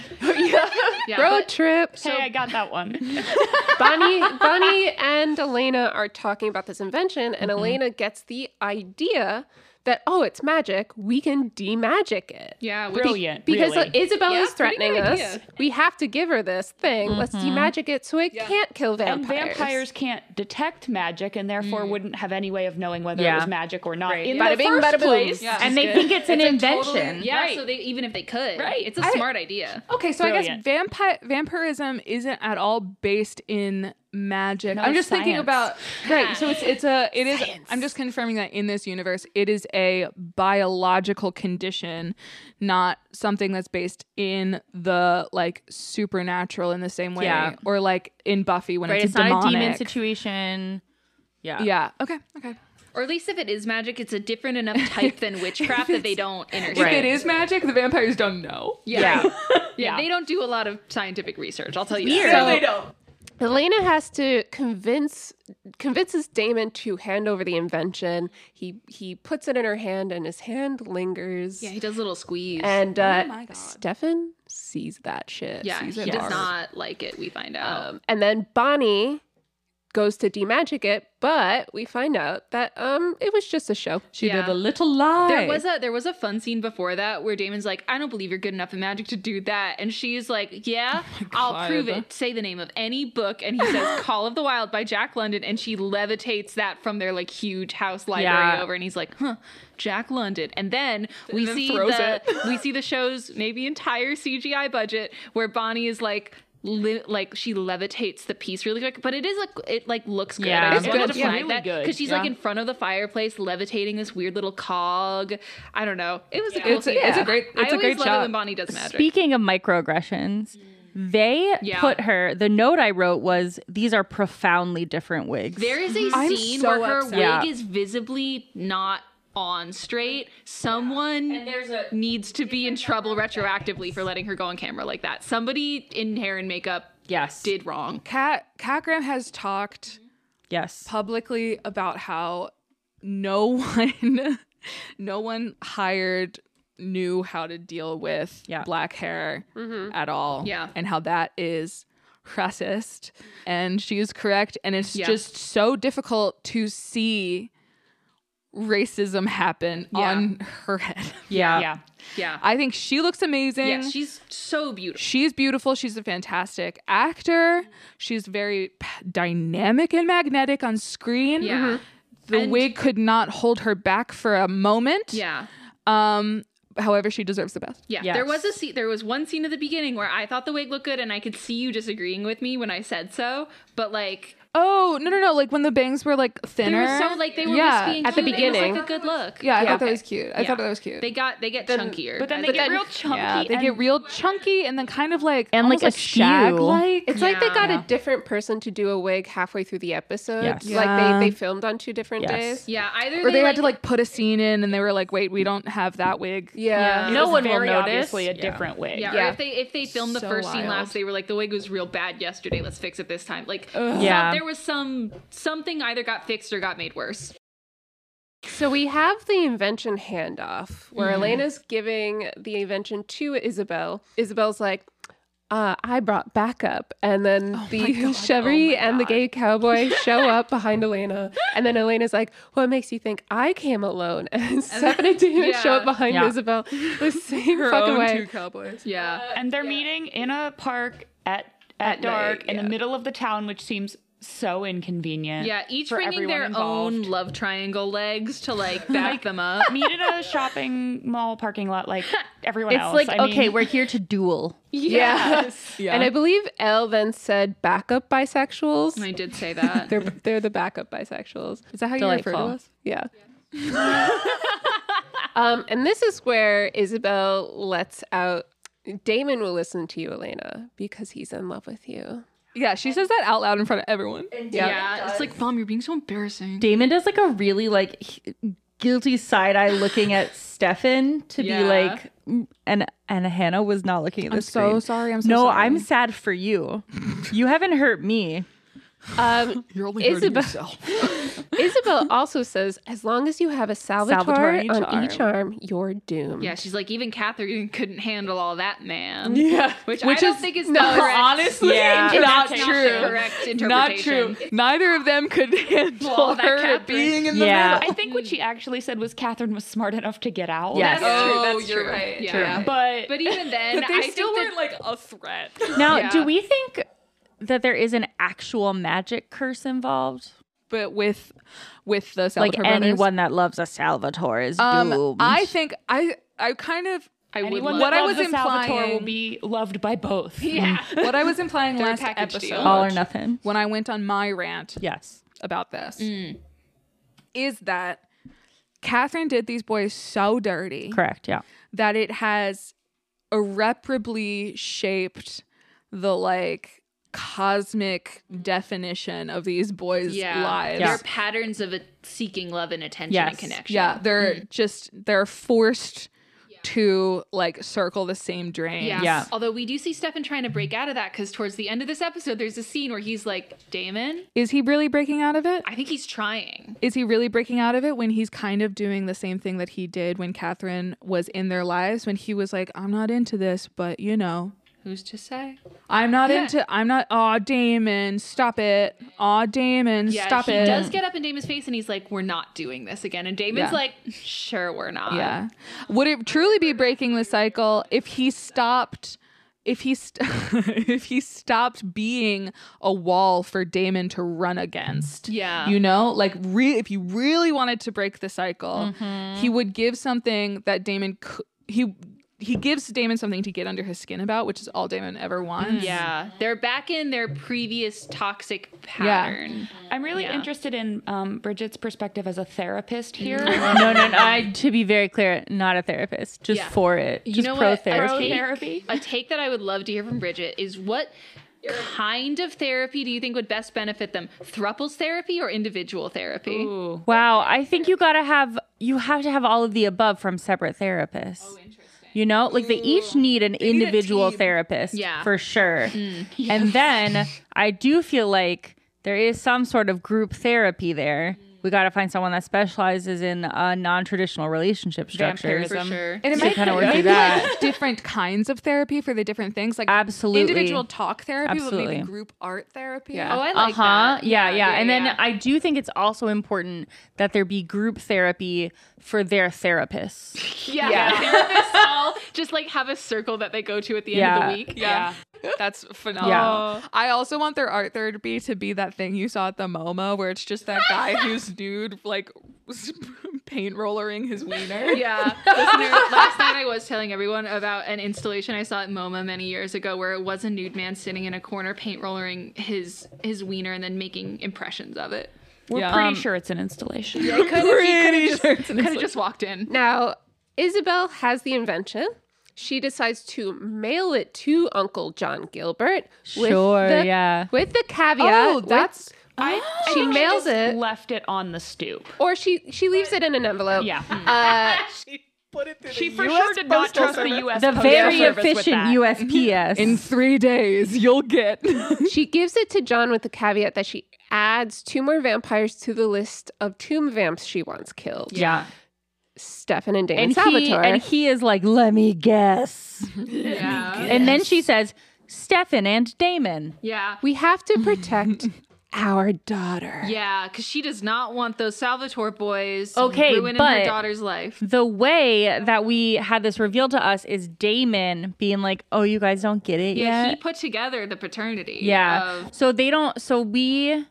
S1: yeah.
S4: Road
S1: but-
S4: trip.
S3: hey, I got that one.
S4: Bonnie, Bonnie and Elena are talking about this invention,
S1: Mm-hmm.
S4: and Elena gets the idea that oh, it's magic. We can demagic it.
S1: yeah, which-
S3: Brilliant.
S4: Because
S3: really.
S4: Isabel
S1: Yeah,
S4: is threatening
S1: pretty good
S4: us,
S1: idea. Mm-hmm.
S4: we have to give her this thing. Let's demagic it so it can't kill
S3: and
S4: vampires.
S3: vampires can't detect magic and therefore wouldn't have any way of knowing whether
S2: Yeah.
S3: it was magic or not in
S4: Bada
S3: the
S4: bing,
S3: first
S4: bada boom.
S3: place.
S1: Yeah.
S2: And they think it's an invention.
S1: Yeah, so they even if they could,
S3: Right.
S1: It's a
S5: I-
S1: smart idea.
S5: Okay, so I guess
S3: Brilliant.
S5: vampire vampirism isn't at all based in magic.
S3: No,
S5: I'm
S3: it's
S5: just thinking
S3: science.
S5: about right. So it's it's a it is. I'm just confirming that in this universe, it is a biological condition, not something that's based in the like supernatural in the same way,
S2: Yeah.
S5: or like in Buffy when
S2: Right?
S5: it's,
S2: It's, not
S5: demonic.
S2: a demon situation. Yeah.
S5: Yeah. Okay. Okay.
S1: Or at least if it is magic, it's a different enough type than witchcraft that they don't intersect.
S5: If it is magic, the vampires don't know.
S1: Yeah.
S2: Yeah.
S1: Yeah, They don't do a lot of scientific research. I'll tell you.
S4: So
S1: that.
S4: Elena has to convince convinces Damon to hand over the invention. He he puts it in her hand, and his hand lingers.
S1: Yeah, he does a little squeeze.
S4: And uh,
S5: my God.
S4: Stefan sees that shit.
S1: yeah,
S4: sees
S1: he
S4: it
S1: does
S4: hard.
S1: not like it. We find
S2: Oh.
S1: out.
S4: Um, and then Bonnie goes to demagic it, but we find out that um it was just a show.
S5: She
S1: Yeah.
S5: did a little lie.
S1: There was a there was a fun scene before that where Damon's like, I don't believe you're good enough in magic to do that, and she's like, Yeah, I'll
S5: God.
S1: prove it. Say the name of any book, and he says Call of the Wild by Jack London, and she levitates that from their like huge house library
S2: Yeah.
S1: over, and he's like, Huh, Jack London, and then we
S5: then
S1: see
S5: throws
S1: the
S5: it.
S1: we see the show's maybe entire CGI budget where Bonnie is like. Li- like she levitates the piece really quick, but it is like it like looks good.
S2: Yeah.
S1: I just
S2: It's
S1: wanted
S3: good.
S1: to
S3: Yeah.
S1: flag
S3: Really
S1: that
S3: good.
S1: because she's like in front of the fireplace, levitating this weird little cog. I don't know. It was a cool
S5: It's a-
S1: scene.
S5: it's a great-
S1: I
S5: it's a
S1: always
S5: great
S1: love
S5: shot.
S1: it when Bonnie does magic.
S2: Speaking of microaggressions, they
S1: Yeah.
S2: put her. The note I wrote was, "These are profoundly different wigs."
S1: there is a
S5: I'm
S1: scene
S5: so
S1: where her
S5: upset.
S1: wig
S2: Yeah.
S1: is visibly not on straight. Someone needs to be in trouble retroactively for letting her go on camera like that. Somebody in hair and makeup
S2: yes,
S1: did wrong.
S5: Cat Cat Graham has talked.
S2: yes,
S5: publicly about how no one no one hired knew how to deal with
S2: Yeah.
S5: black hair at all
S1: Mm-hmm. Yeah.
S5: and how that is racist and she is correct and it's
S1: Yeah.
S5: just so difficult to see racism happen
S1: Yeah.
S5: on her head
S2: yeah.
S3: Yeah.
S1: Yeah.
S5: i think she looks amazing
S1: Yeah, she's so beautiful.
S5: She's beautiful. She's a fantastic actor. She's very p- dynamic and magnetic on screen.
S1: Yeah. Mhm.
S5: The
S1: And-
S5: wig could not hold her back for a moment.
S1: Yeah.
S5: Um. However, she deserves the best.
S1: Yeah,
S2: Yes.
S1: there was a scene. There was one scene at the beginning where I thought the wig looked good, and I could see you disagreeing with me when I said so. But like,
S5: Oh no no no! Like when the bangs were like
S1: They
S5: thinner.
S1: were so like they were
S5: Yeah,
S1: wispy and
S4: at the
S1: cute. It was,
S4: beginning.
S1: like a good look.
S5: yeah, I thought that
S1: Okay.
S5: was cute. I
S1: Yeah.
S5: thought that was cute.
S1: They got they get chunkier,
S3: But then they
S1: guys.
S3: get real chunky.
S5: yeah, they get
S3: and-
S5: real chunky and then kind of like
S2: And, like,
S5: almost, like
S2: askew.
S5: shag like.
S4: It's like they
S1: Yeah.
S4: got
S2: Yeah.
S4: a different person to do a wig halfway through the episode.
S2: Yes.
S5: Yeah.
S4: Like they, they filmed on two different
S2: Yes.
S4: days.
S1: yeah. Either
S5: or they, had to like put a scene in and they were like, wait, we don't have that wig.
S1: Yeah.
S4: Yeah.
S1: It
S3: no
S1: was
S3: one will
S1: very
S3: notice.
S1: obviously a
S3: different way.
S1: Yeah,
S4: Yeah.
S1: Or if they if they filmed the
S5: So
S1: first scene
S5: wild.
S1: last, they were like, the wig was real bad yesterday. Let's fix it this time. Like, some-
S2: Yeah.
S1: there was some something either got fixed or got made worse.
S4: So we have the invention handoff where Elena's giving the invention to Isabel. Isabel's like, uh, I brought backup. And then
S5: Oh
S4: the Chevy and the gay cowboy show up behind Elena. And then Elena's like, What makes you think I came alone? And Stephanie didn't
S1: yeah.
S4: show up behind
S2: Yeah.
S4: Isabel the same
S5: Her
S4: fucking
S5: own
S4: way.
S5: two cowboys.
S1: Yeah,
S3: And they're meeting in a park at at,
S5: At
S3: dark
S5: night,
S3: in the
S5: yeah.
S3: middle of the town, which seems so inconvenient.
S1: yeah. Each
S3: for
S1: bringing
S3: everyone
S1: their own
S3: involved.
S1: love triangle legs to like back them up.
S3: Meet at a shopping mall parking lot like everyone
S2: It's
S3: else.
S2: like,
S3: I
S2: okay,
S3: mean,
S2: we're here to duel.
S4: Yes.
S5: Yeah.
S4: And I believe Elle then said backup bisexuals.
S1: I did say that.
S4: They're they're the backup bisexuals. Is that how you refer
S2: Delightful.
S4: to us? Yeah. um, and this is where Isabel lets out Damon will listen to you, Elena, because he's in love with you.
S5: Yeah, she says that out loud in front of everyone.
S1: yeah, it's like, mom, you're being so embarrassing.
S2: Damon does like a really like h- guilty side eye looking at Stefan to
S1: Yeah.
S2: be like, "Mm," and and Hannah was not looking at the screen.
S5: sorry. I'm
S2: no, I'm sad for you. you haven't hurt me.
S4: Um,
S5: You're only
S4: hurting Isabel- Isabel also says, as long as you have a salvatore,
S2: Salvatore
S4: on
S2: charm.
S4: each arm, you're doomed.
S1: Yeah, she's like, even Catherine couldn't handle all that, man.
S5: Yeah.
S1: Which,
S5: Which
S1: I don't
S5: is-
S1: think is
S5: no,
S1: the correct,
S5: honestly
S2: Yeah.
S5: not
S1: that's
S5: true.
S1: the correct
S5: Not
S1: interpretation.
S5: true. Neither of them could handle
S1: Well, that
S5: her
S1: Catherine-
S5: being in the
S2: Yeah.
S5: middle.
S3: I think what she actually said was Catherine was smart enough to get out.
S2: Yes.
S1: That's
S5: Oh,
S1: true. That's
S5: you're
S1: true.
S5: right.
S1: Yeah.
S5: True.
S3: But,
S1: But even then,
S5: But
S1: I
S5: they
S1: think
S5: still
S1: that-
S5: weren't like a threat.
S2: Now,
S1: Yeah.
S2: do we think that there is an actual magic curse involved?
S5: But with with the
S2: like
S5: Salvatore brothers.
S2: anyone that loves a Salvatore is
S5: Um,
S2: doomed.
S5: I think I I kind of
S1: I would
S3: anyone
S1: love-
S3: that
S5: What I
S3: loves
S5: was
S3: a Salvatore will
S5: implying-
S3: be loved by both.
S1: yeah.
S5: what I was implying last
S1: package
S5: episode
S1: deal.
S2: all or nothing.
S5: when I went on my rant
S2: Yes.
S5: about this
S2: Mm.
S5: is that Catherine did these boys so dirty
S2: Correct. Yeah.
S5: that it has irreparably shaped the like cosmic definition of these boys'
S1: yeah.
S5: lives.
S1: There are patterns of a seeking love and attention and
S2: Yes.
S1: connection.
S5: Yeah, they're
S1: Mm.
S5: just they're forced to like circle the same drain.
S1: Yeah.
S2: Yeah.
S1: Although we do see Stefan trying to break out of that because towards the end of this episode, there's a scene where he's like, Damon,
S5: Is he really breaking out of it?
S1: I think he's trying.
S5: Is he really breaking out of it when he's kind of doing the same thing that he did when Catherine was in their lives when he was like, I'm not into this, but you know,
S1: Who's to say?
S5: I'm not
S1: Yeah.
S5: into I'm not aw Damon, stop it. Aw Damon,
S1: Yeah,
S5: stop
S1: he
S5: it.
S1: does get up in Damon's face and he's like, We're not doing this again. And Damon's
S5: Yeah.
S1: like, Sure, we're not.
S5: Yeah. Would it truly be breaking the cycle if he stopped if he st- if he stopped being a wall for Damon to run against?
S1: Yeah.
S5: You know, like re- if you really wanted to break the cycle, he would give something that Damon c- he he gives Damon something to get under his skin about, which is all Damon ever wants.
S1: Mm, Yeah. They're back in their previous toxic pattern.
S3: I'm really
S1: Yeah.
S3: interested in um, Bridget's perspective as a therapist here.
S2: no, no, no. I, to be very clear, not a therapist. Just
S1: Yeah.
S2: for it. Just
S1: You know
S2: pro
S1: what? A
S2: therapy.
S1: take-
S3: therapy?
S1: A take that I would love to hear from Bridget is what kind of therapy do you think would best benefit them? Thruples therapy or individual therapy?
S2: Wow, I think you gotta have you have to have all of the above from separate therapists. You know, like they each need an individual therapist,
S1: Yeah.
S2: for sure. And then I do feel like there is some sort of group therapy there. We got to find someone that specializes in uh, non-traditional relationship structures.
S1: For sure.
S5: And it
S2: So
S5: might
S2: kinda
S5: it
S2: work
S5: might
S2: through
S5: be,
S2: that.
S5: like, different kinds of therapy for the different things. Like
S2: Absolutely.
S5: individual talk therapy, but
S2: Absolutely.
S5: maybe group art therapy.
S1: Oh, I
S2: Uh
S1: like
S2: huh.
S1: that.
S2: Yeah, yeah, And then
S1: yeah.
S2: I do think it's also important that there be group therapy for their therapists.
S1: yeah. Therapists all just like have a circle that they go to at the end of
S2: Yeah.
S1: the week.
S5: Yeah. That's phenomenal.
S2: Yeah.
S5: I also want their art therapy to be that thing you saw at the MoMA where it's just that guy who's nude, like paint rollering his wiener.
S1: Yeah. Listener, last night I was telling everyone about an installation I saw at MoMA many years ago where it was a nude man sitting in a corner paint rollering his his wiener and then making impressions of it.
S3: We're
S5: Yeah.
S3: pretty
S5: Um,
S3: sure it's an installation.
S5: Pretty sure it's an
S1: Could have
S5: insult.
S1: just walked in.
S4: Now, Isabel has the invention. She decides to mail it to Uncle John Gilbert.
S2: Sure,
S4: the,
S2: yeah.
S4: With the caveat.
S5: Oh,
S4: with-
S5: that's
S3: I, I
S4: she
S3: think
S4: mails
S3: just
S4: it,
S3: Left it on the stoop.
S4: or she she leaves it in an envelope.
S3: Yeah.
S4: Uh,
S3: She for sure did not trust the U.S.
S2: the
S3: Postal
S2: very
S3: Service with
S2: efficient
S3: that. Mm-hmm.
S2: USPS.
S5: in three days, you'll get.
S4: she gives it to John with the caveat that she adds two more vampires to the list of tomb vamps she wants killed.
S2: yeah.
S4: Stefan and Damon
S2: And
S4: Salvatore.
S2: he, and he is like, let me guess.
S1: Yeah.
S2: And then she says, Stefan and Damon.
S1: Yeah.
S4: we have to protect our daughter.
S1: Yeah, because she does not want those Salvatore boys
S2: Okay,
S1: ruining her
S2: but-
S1: daughter's life.
S2: The way that we had this revealed to us is Damon being like, oh, you guys don't get it
S1: Yeah,
S2: yet?
S1: he put together the paternity.
S2: yeah.
S1: of-
S2: so they don't, so we,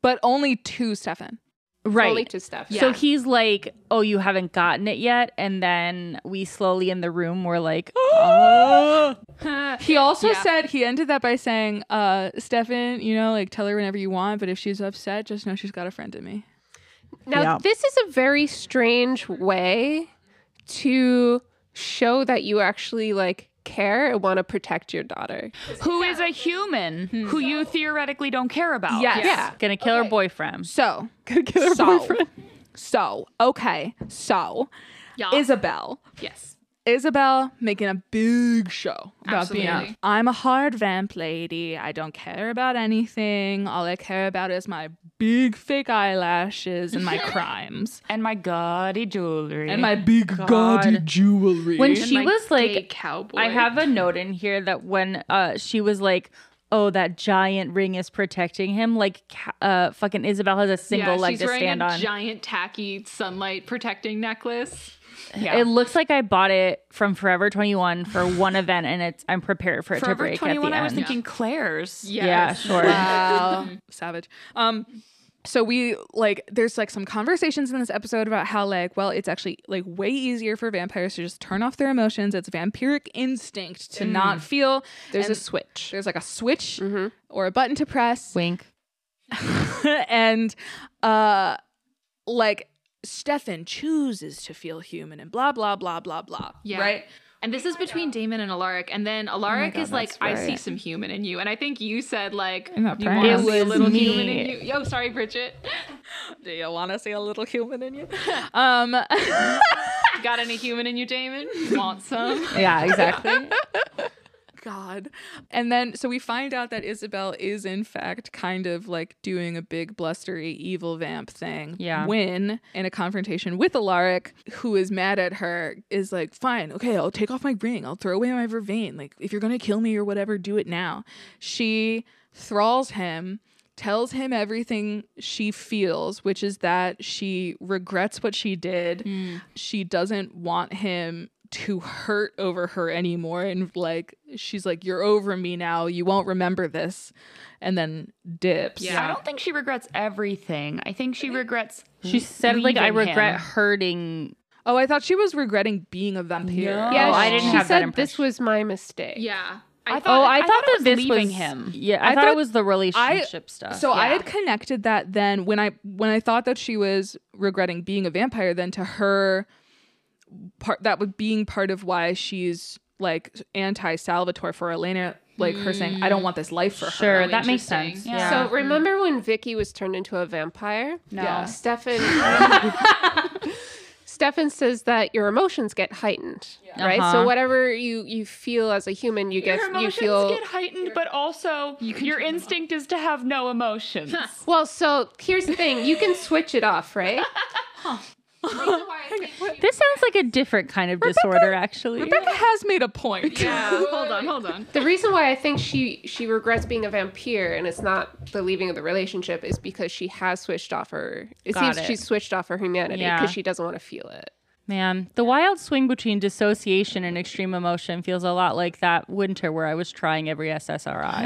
S5: but only two, Stefan.
S2: right.
S4: Only to Stefan.
S2: So
S1: Yeah.
S2: he's like, "Oh, you haven't gotten it yet," and then we slowly in the room were like, "Oh,
S5: He also
S1: Yeah.
S5: said he ended that by saying, uh, Stefan, you know, like tell her whenever you want, but if she's upset, just know she's got a friend in me.
S4: Now,
S2: Yeah.
S4: this is a very strange way to show that you actually like care and want to protect your daughter.
S3: Who is a human who you theoretically don't care about?
S4: Yeah.
S2: gonna kill her boyfriend."
S5: So, so, so, okay, so,
S1: yeah.
S5: Isabel,
S1: yes.
S5: Isabel making a big show about being,
S1: Absolutely.
S5: I'm a hard vamp lady. I don't care about anything. All I care about is my big fake eyelashes and my crimes
S3: And my gaudy jewelry.
S5: and my big gaudy jewelry.
S2: When she
S1: my
S2: was
S1: gay
S2: like,
S1: cowboy.
S2: "I have a note in here that when uh she was like." Oh, that giant ring is protecting him. Like, ca- uh, fucking Isabel has a single
S1: yeah,
S2: leg
S1: she's
S2: to
S1: wearing
S2: stand
S1: a
S2: on.
S1: giant tacky sunlight protecting necklace.
S3: yeah.
S2: It looks like I bought it from Forever Twenty One for one event, and it's I'm prepared for it to
S3: Forever
S2: break
S3: 21,
S2: at the
S3: I was
S2: end.
S3: thinking Claire's.
S2: Yeah, sure.
S5: Wow. Uh,
S4: Mm-hmm.
S5: Savage. Um so we like there's like some conversations in this episode about how like well it's actually like way easier for vampires to just turn off their emotions. It's vampiric instinct to not feel.
S4: Mm-hmm. There's a
S5: And
S4: switch. Mm-hmm.
S5: there's like a switch or a button to press
S2: Wink.
S5: and uh like Stefan chooses to feel human and blah blah blah blah blah.
S1: Yeah.
S5: Right?
S1: And this is between Damon and Alaric, and then
S2: Oh
S1: Alaric is like, "I see some human in you," and I think you said like, "You want to
S2: pants.
S1: see a
S2: It was
S1: little
S2: me.
S1: human in you." Yo, sorry, Bridget.
S5: Do you wanna see a little human in you? um
S1: Got any human in you, Damon? Want some?
S2: Yeah, exactly.
S5: God. And then, so we find out that Isabel is, in fact, kind of like doing a big, blustery, evil vamp thing.
S2: Yeah.
S5: When, in a confrontation with Alaric, who is mad at her, is like, fine, okay, I'll take off my ring. I'll throw away my vervain. Like, if you're going to kill me or whatever, do it now. She thralls him. Tells him everything she feels, which is that she regrets what she did. She doesn't want him to hurt over her anymore and like she's like you're over me now you won't remember this and then dips
S1: Yeah.
S3: I don't think she regrets everything. I think she regrets.
S2: She said, "Like, I
S3: Leaving him.
S2: regret hurting."
S5: oh i thought she was regretting being a vampire
S2: No.
S4: yeah,
S2: Oh,
S4: she,
S2: I didn't
S4: she
S2: have that
S4: said this
S2: impression.
S4: was my mistake.
S1: Yeah. I
S2: oh,
S1: thought.
S2: I,
S3: I
S2: thought,
S3: thought it
S2: that
S3: was
S2: this
S3: leaving
S2: was
S3: him.
S2: Yeah, I, thought,
S5: I thought-
S2: it was the relationship stuff.
S5: so i
S3: Yeah.
S5: had connected that then when i when i thought that she was regretting being a vampire then to her part that would being part of why she's like anti salvatore for elena like her saying i don't want this life for her
S2: sure, that makes
S1: interesting.
S2: sense.
S3: Yeah.
S4: So remember when Vicky was turned into a vampire?
S3: No.
S5: Yeah.
S4: Stefan Stefan says that your emotions get heightened, right? So
S2: Uh-huh.
S4: whatever you you feel as a human, you get you feel
S3: heightened, but also your instinct is to have no emotions.
S4: Well, so here's the thing: you can switch it off, right?
S2: This sounds like a different kind of disorder, actually.
S5: Rebecca has made a point
S1: yeah. Hold on. Hold on.
S4: The reason why I think she she regrets being a vampire and it's not the leaving of the relationship is because she has switched off her. It
S2: Got
S4: seems
S2: it.
S4: she's switched off her humanity
S2: Yeah.
S4: because she doesn't want to feel it.
S2: Man, the wild swing between dissociation and extreme emotion feels a lot like that winter where I was trying every SSRI.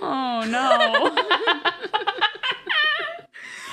S3: oh no!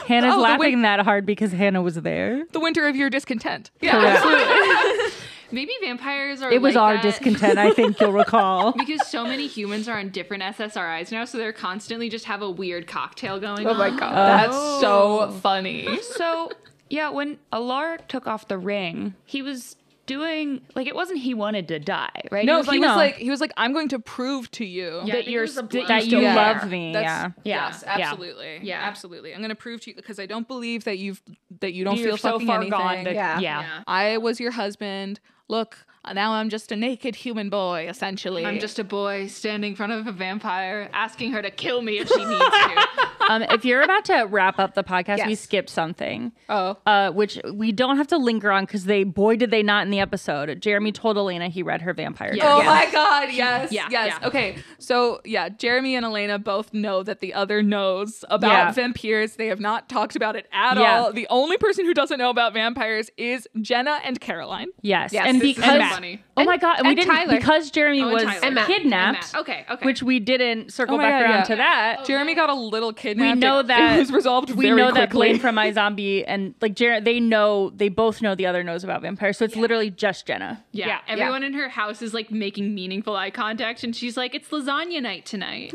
S2: Hannah's
S5: Oh, the
S2: laughing that hard because Hannah was there.
S5: The winter of your discontent. Yeah.
S1: Maybe vampires are.
S2: It was
S1: like
S2: our
S1: that
S2: discontent, I think you'll recall.
S1: Because so many humans are on different SSRIs now, so they're constantly just have a weird cocktail going
S4: Oh
S1: on.
S4: my god.
S5: That's so funny.
S3: So, yeah, when Alaric took off the ring, he was doing like it wasn't he wanted to die, right?
S5: No,
S3: was
S5: he
S3: like,
S5: was like he was like, I'm going to prove to you
S1: Yeah, I
S3: that
S1: think
S3: you're
S1: there's a
S3: that
S1: blood.
S3: you
S1: That
S2: You
S3: still
S5: Yeah.
S3: care.
S2: love me.
S5: That's-
S2: yeah.
S3: Yeah,
S5: Yes,
S3: yeah.
S5: absolutely.
S1: Yeah.
S5: Absolutely. I'm gonna prove to you because I don't believe that you've that you don't
S3: You're
S5: feel
S3: so
S5: fucking
S3: far
S5: anything.
S3: gone. That,
S4: Yeah.
S3: yeah.
S1: Yeah.
S5: I was your husband. Look, now I'm just a naked human boy, essentially.
S1: I'm just a boy standing in front of a vampire, asking her to kill me if she needs to.
S2: Um, if you're about to wrap up the podcast, we
S4: Yes.
S2: skipped something.
S4: Oh.
S2: uh, which we don't have to linger on because they, boy, did they not in the episode. Jeremy told Elena he read her vampire.
S1: Yeah.
S5: Oh
S2: diary.
S5: my god, yes.
S1: Yeah,
S5: yes.
S1: yeah.
S5: Okay. So yeah, Jeremy and Elena both know that the other knows about
S2: Yeah.
S5: vampires. They have not talked about it at
S2: Yeah.
S5: all. The only person who doesn't know about vampires is Jenna and Caroline.
S2: Yes,
S4: Yes,
S2: and
S4: this is
S2: because
S1: funny.
S2: oh my god, and we
S4: and
S2: didn't
S4: Tyler.
S2: because Jeremy
S1: Oh, and
S2: was
S1: Tyler. And
S4: Matt.
S2: kidnapped,
S1: Matt. Okay, okay.
S2: which we didn't circle
S5: Oh my
S2: back
S5: God,
S2: around
S5: yeah.
S2: to that.
S5: Jeremy got a little kidnapped.
S2: We know
S5: It-
S2: that
S5: it was resolved
S2: We
S5: very
S2: know that
S5: quickly.
S2: Blaine from iZombie and like Jer- they know they both know the other knows about vampires, so it's literally just Jenna.
S1: Yeah.
S3: Yeah.
S1: Everyone in her house is like making meaningful eye contact, and she's like, "It's lasagna night tonight."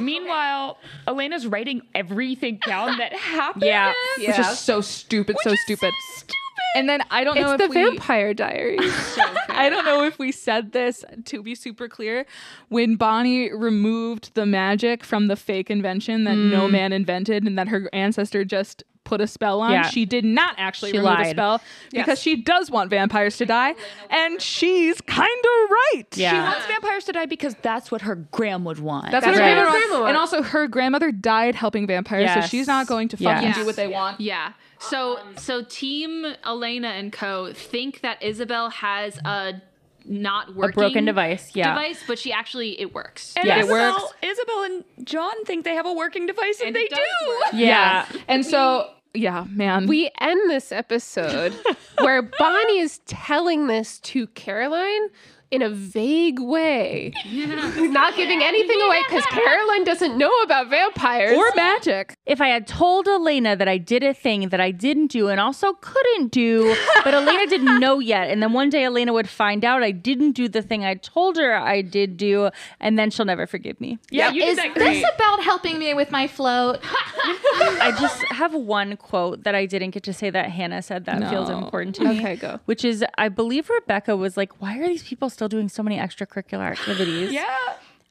S3: Meanwhile, Elena's writing everything down that happened.
S2: Yeah,
S5: Which is so stupid, so stupid. stupid. And then I don't know
S4: It's the
S5: if we
S4: vampire diaries.
S5: I don't know if we said this to be super clear. When Bonnie removed the magic from the fake invention that no man invented and that her ancestor just put a spell on,
S2: Yeah.
S5: she did not actually
S2: She
S5: remove a
S2: lied.
S5: spell because she does want vampires to die, and she's kind of right.
S3: She
S2: Yeah.
S3: wants vampires to die because that's what her gram would want.
S5: That's,
S4: That's
S5: what
S4: right.
S5: her grandma
S4: That's what her grandma
S5: And also, her grandmother died helping vampires,
S2: Yes.
S5: so she's not going to
S2: Yeah.
S5: fucking
S1: Yeah.
S5: do what they want.
S1: Yeah. So so team Elena and Co think that Isabel has a not working
S2: broken device, yeah.
S1: Device, but she actually it works.
S3: and
S2: Yeah, it
S3: Isabel,
S5: works.
S3: Isabel and John think they have a working device, and,
S1: And
S3: they
S1: it
S3: do.
S1: does work.
S2: yeah.
S5: And so, yeah, man.
S4: we end this episode where Bonnie is telling this to Caroline in a vague way, not giving anything away because Caroline doesn't know about vampires.
S5: or magic.
S2: If I had told Elena that I did a thing that I didn't do and also couldn't do, but Elena didn't know yet, and then one day Elena would find out I didn't do the thing I told her I did do, and then she'll never forgive me.
S3: Yeah, you did that great.
S5: about helping me with my float?
S2: I just have one quote that I didn't get to say that Hannah said that feels
S5: No.
S2: important to me.
S4: Okay, go.
S2: Which is, I believe Rebecca was like, "Why are these people still doing so many extracurricular activities?"
S3: Yeah.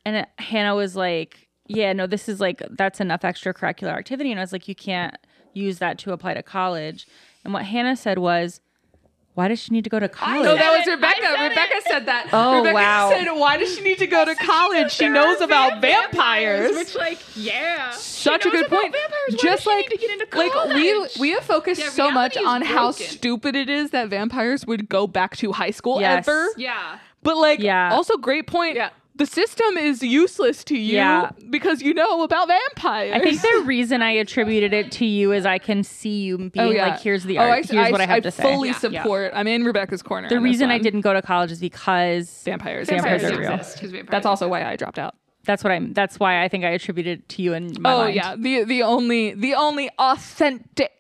S2: And it- Hannah was like, "Yeah, no, this is like that's enough extracurricular activity." And I was like, "You can't use that to apply to college." And what Hannah said was, "Why does she need to go to college?"
S5: No, that was Rebecca. Rebecca said that.
S2: Oh,
S5: Rebecca
S2: wow.
S5: said, "Why does she need to go to college? She knows about vampires."
S1: Which like, yeah.
S5: Such a
S1: knows
S5: good
S1: about
S5: point.
S1: vampires. Why does
S5: Just
S1: she
S5: like,
S1: need to get into
S5: like we
S1: college?
S5: we have focused
S1: Yeah,
S5: so much
S1: reality is
S5: on how
S1: broken.
S5: stupid it is that vampires would go back to high school
S2: Yes.
S5: ever.
S1: Yeah.
S5: But like,
S2: Yeah.
S5: also great point. The system is useless to you
S2: Yeah.
S5: because you know about vampires.
S2: I think the reason I attributed it to you is I can see you being like, "Here's the
S5: Oh,
S2: art.
S5: I,
S2: Here's what I have to say."
S5: fully support. I'm in Rebecca's corner.
S2: the
S5: on this
S2: reason I
S5: one.
S2: didn't go to college is because
S5: vampires.
S2: Vampires
S1: Vampires
S2: are real.
S1: exist, 'cause vampires
S5: That's also why I dropped out.
S2: that's what I'm. That's why I think I attributed it to you and my
S5: oh
S2: mind.
S5: yeah, the the only the only authentic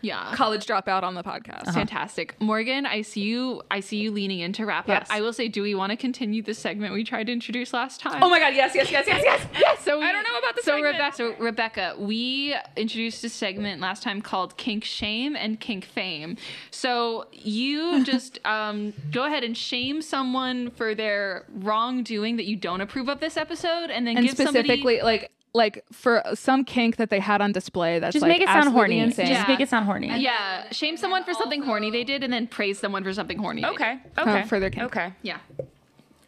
S1: Yeah.
S5: college dropout on the podcast.
S1: Fantastic. Morgan, I see you I see you leaning in to wrap
S5: Yes.
S1: up. I will say, do we want to continue the segment we tried to introduce last time?
S5: Oh my god, yes, yes, yes, yes, yes, yes.
S1: So we,
S5: I don't know about the
S1: so
S5: segment.
S1: Rebecca. So Rebecca, we introduced a segment last time called "Kink Shame" and "Kink Fame." So you just um, go ahead and shame someone for their wrongdoing that you don't approve of this episode, and then
S5: And
S1: give
S5: specifically like like for some kink that they had on display that's
S2: Just
S5: like
S2: make it sound
S5: absolutely
S2: horny.
S5: Insane.
S2: Just make it sound horny.
S1: somebody. Yeah, shame someone for something horny they did, and then praise someone for something horny. they
S3: Okay.
S5: Oh,
S3: Okay.
S5: further kink.
S3: Okay.
S1: did. Yeah.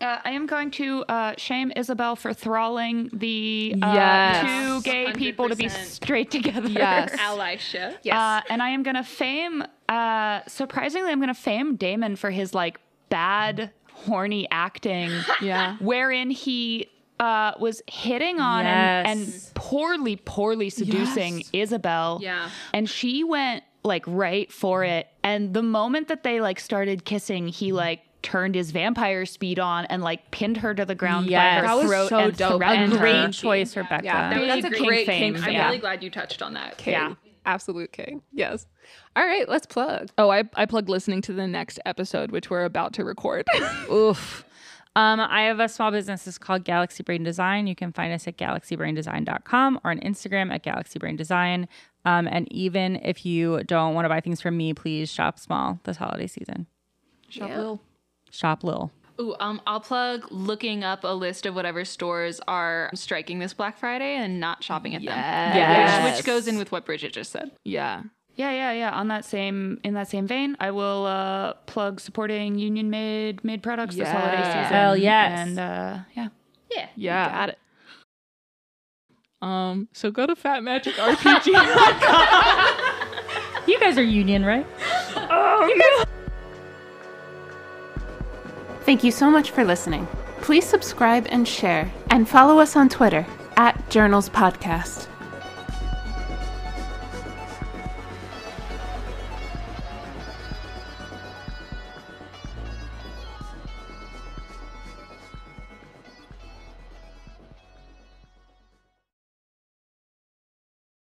S3: Uh, I am going to uh, shame Isabel for thralling the uh,
S5: Yes.
S3: two gay people to be
S1: 100%.
S3: straight together.
S5: Yes.
S1: Allyship.
S3: Uh, and I am going to fame, uh, surprisingly, I'm going to fame Damon for his like bad, horny acting,
S5: Yeah.
S3: wherein he uh, was hitting on and,
S2: Yes.
S3: and poorly, poorly seducing
S5: Yes.
S3: Isabel.
S1: Yeah.
S3: And she went like right for it. And the moment that they like started kissing, he like, Turned his vampire speed on and like pinned her to the ground
S2: Yes.
S3: by
S2: That
S3: her
S2: was
S3: throat
S5: so
S3: and
S5: dope. A
S3: threatened
S2: Great
S3: her.
S2: choice, Rebecca.
S5: Yeah.
S1: That was
S5: That's a
S1: great
S5: great
S1: kink.
S5: kink
S1: I'm
S5: fame.
S1: really glad you touched on that.
S5: Yeah.
S4: absolute king. Yes. All right, let's plug.
S5: Oh, I, I plugged listening to the next episode, which we're about to record.
S2: Oof. Um, I have a small business. It's called Galaxy Brain Design. You can find us at galaxybraindesign.com or on Instagram at galaxybraindesign. Um, and even if you don't want to buy things from me, please shop small this holiday season.
S1: Shop
S4: Yeah.
S1: Lil.
S2: Shop Lil.
S1: Ooh, um, I'll plug looking up a list of whatever stores are striking this Black Friday and not shopping at them.
S2: Yes.
S1: Which, which goes in with what Bridget just said.
S5: yeah.
S3: Yeah, yeah, yeah. On that same in that same vein, I will uh, plug supporting union made made products this holiday
S5: Yeah.
S3: season.
S2: Hell yes.
S3: And uh, yeah.
S1: Yeah.
S5: Yeah.
S4: Got it.
S5: Um, so go to Fat Magic RPG.
S2: You guys are union, right?
S6: Thank you so much for listening. Please subscribe and share, and follow us on Twitter at Journals Podcast.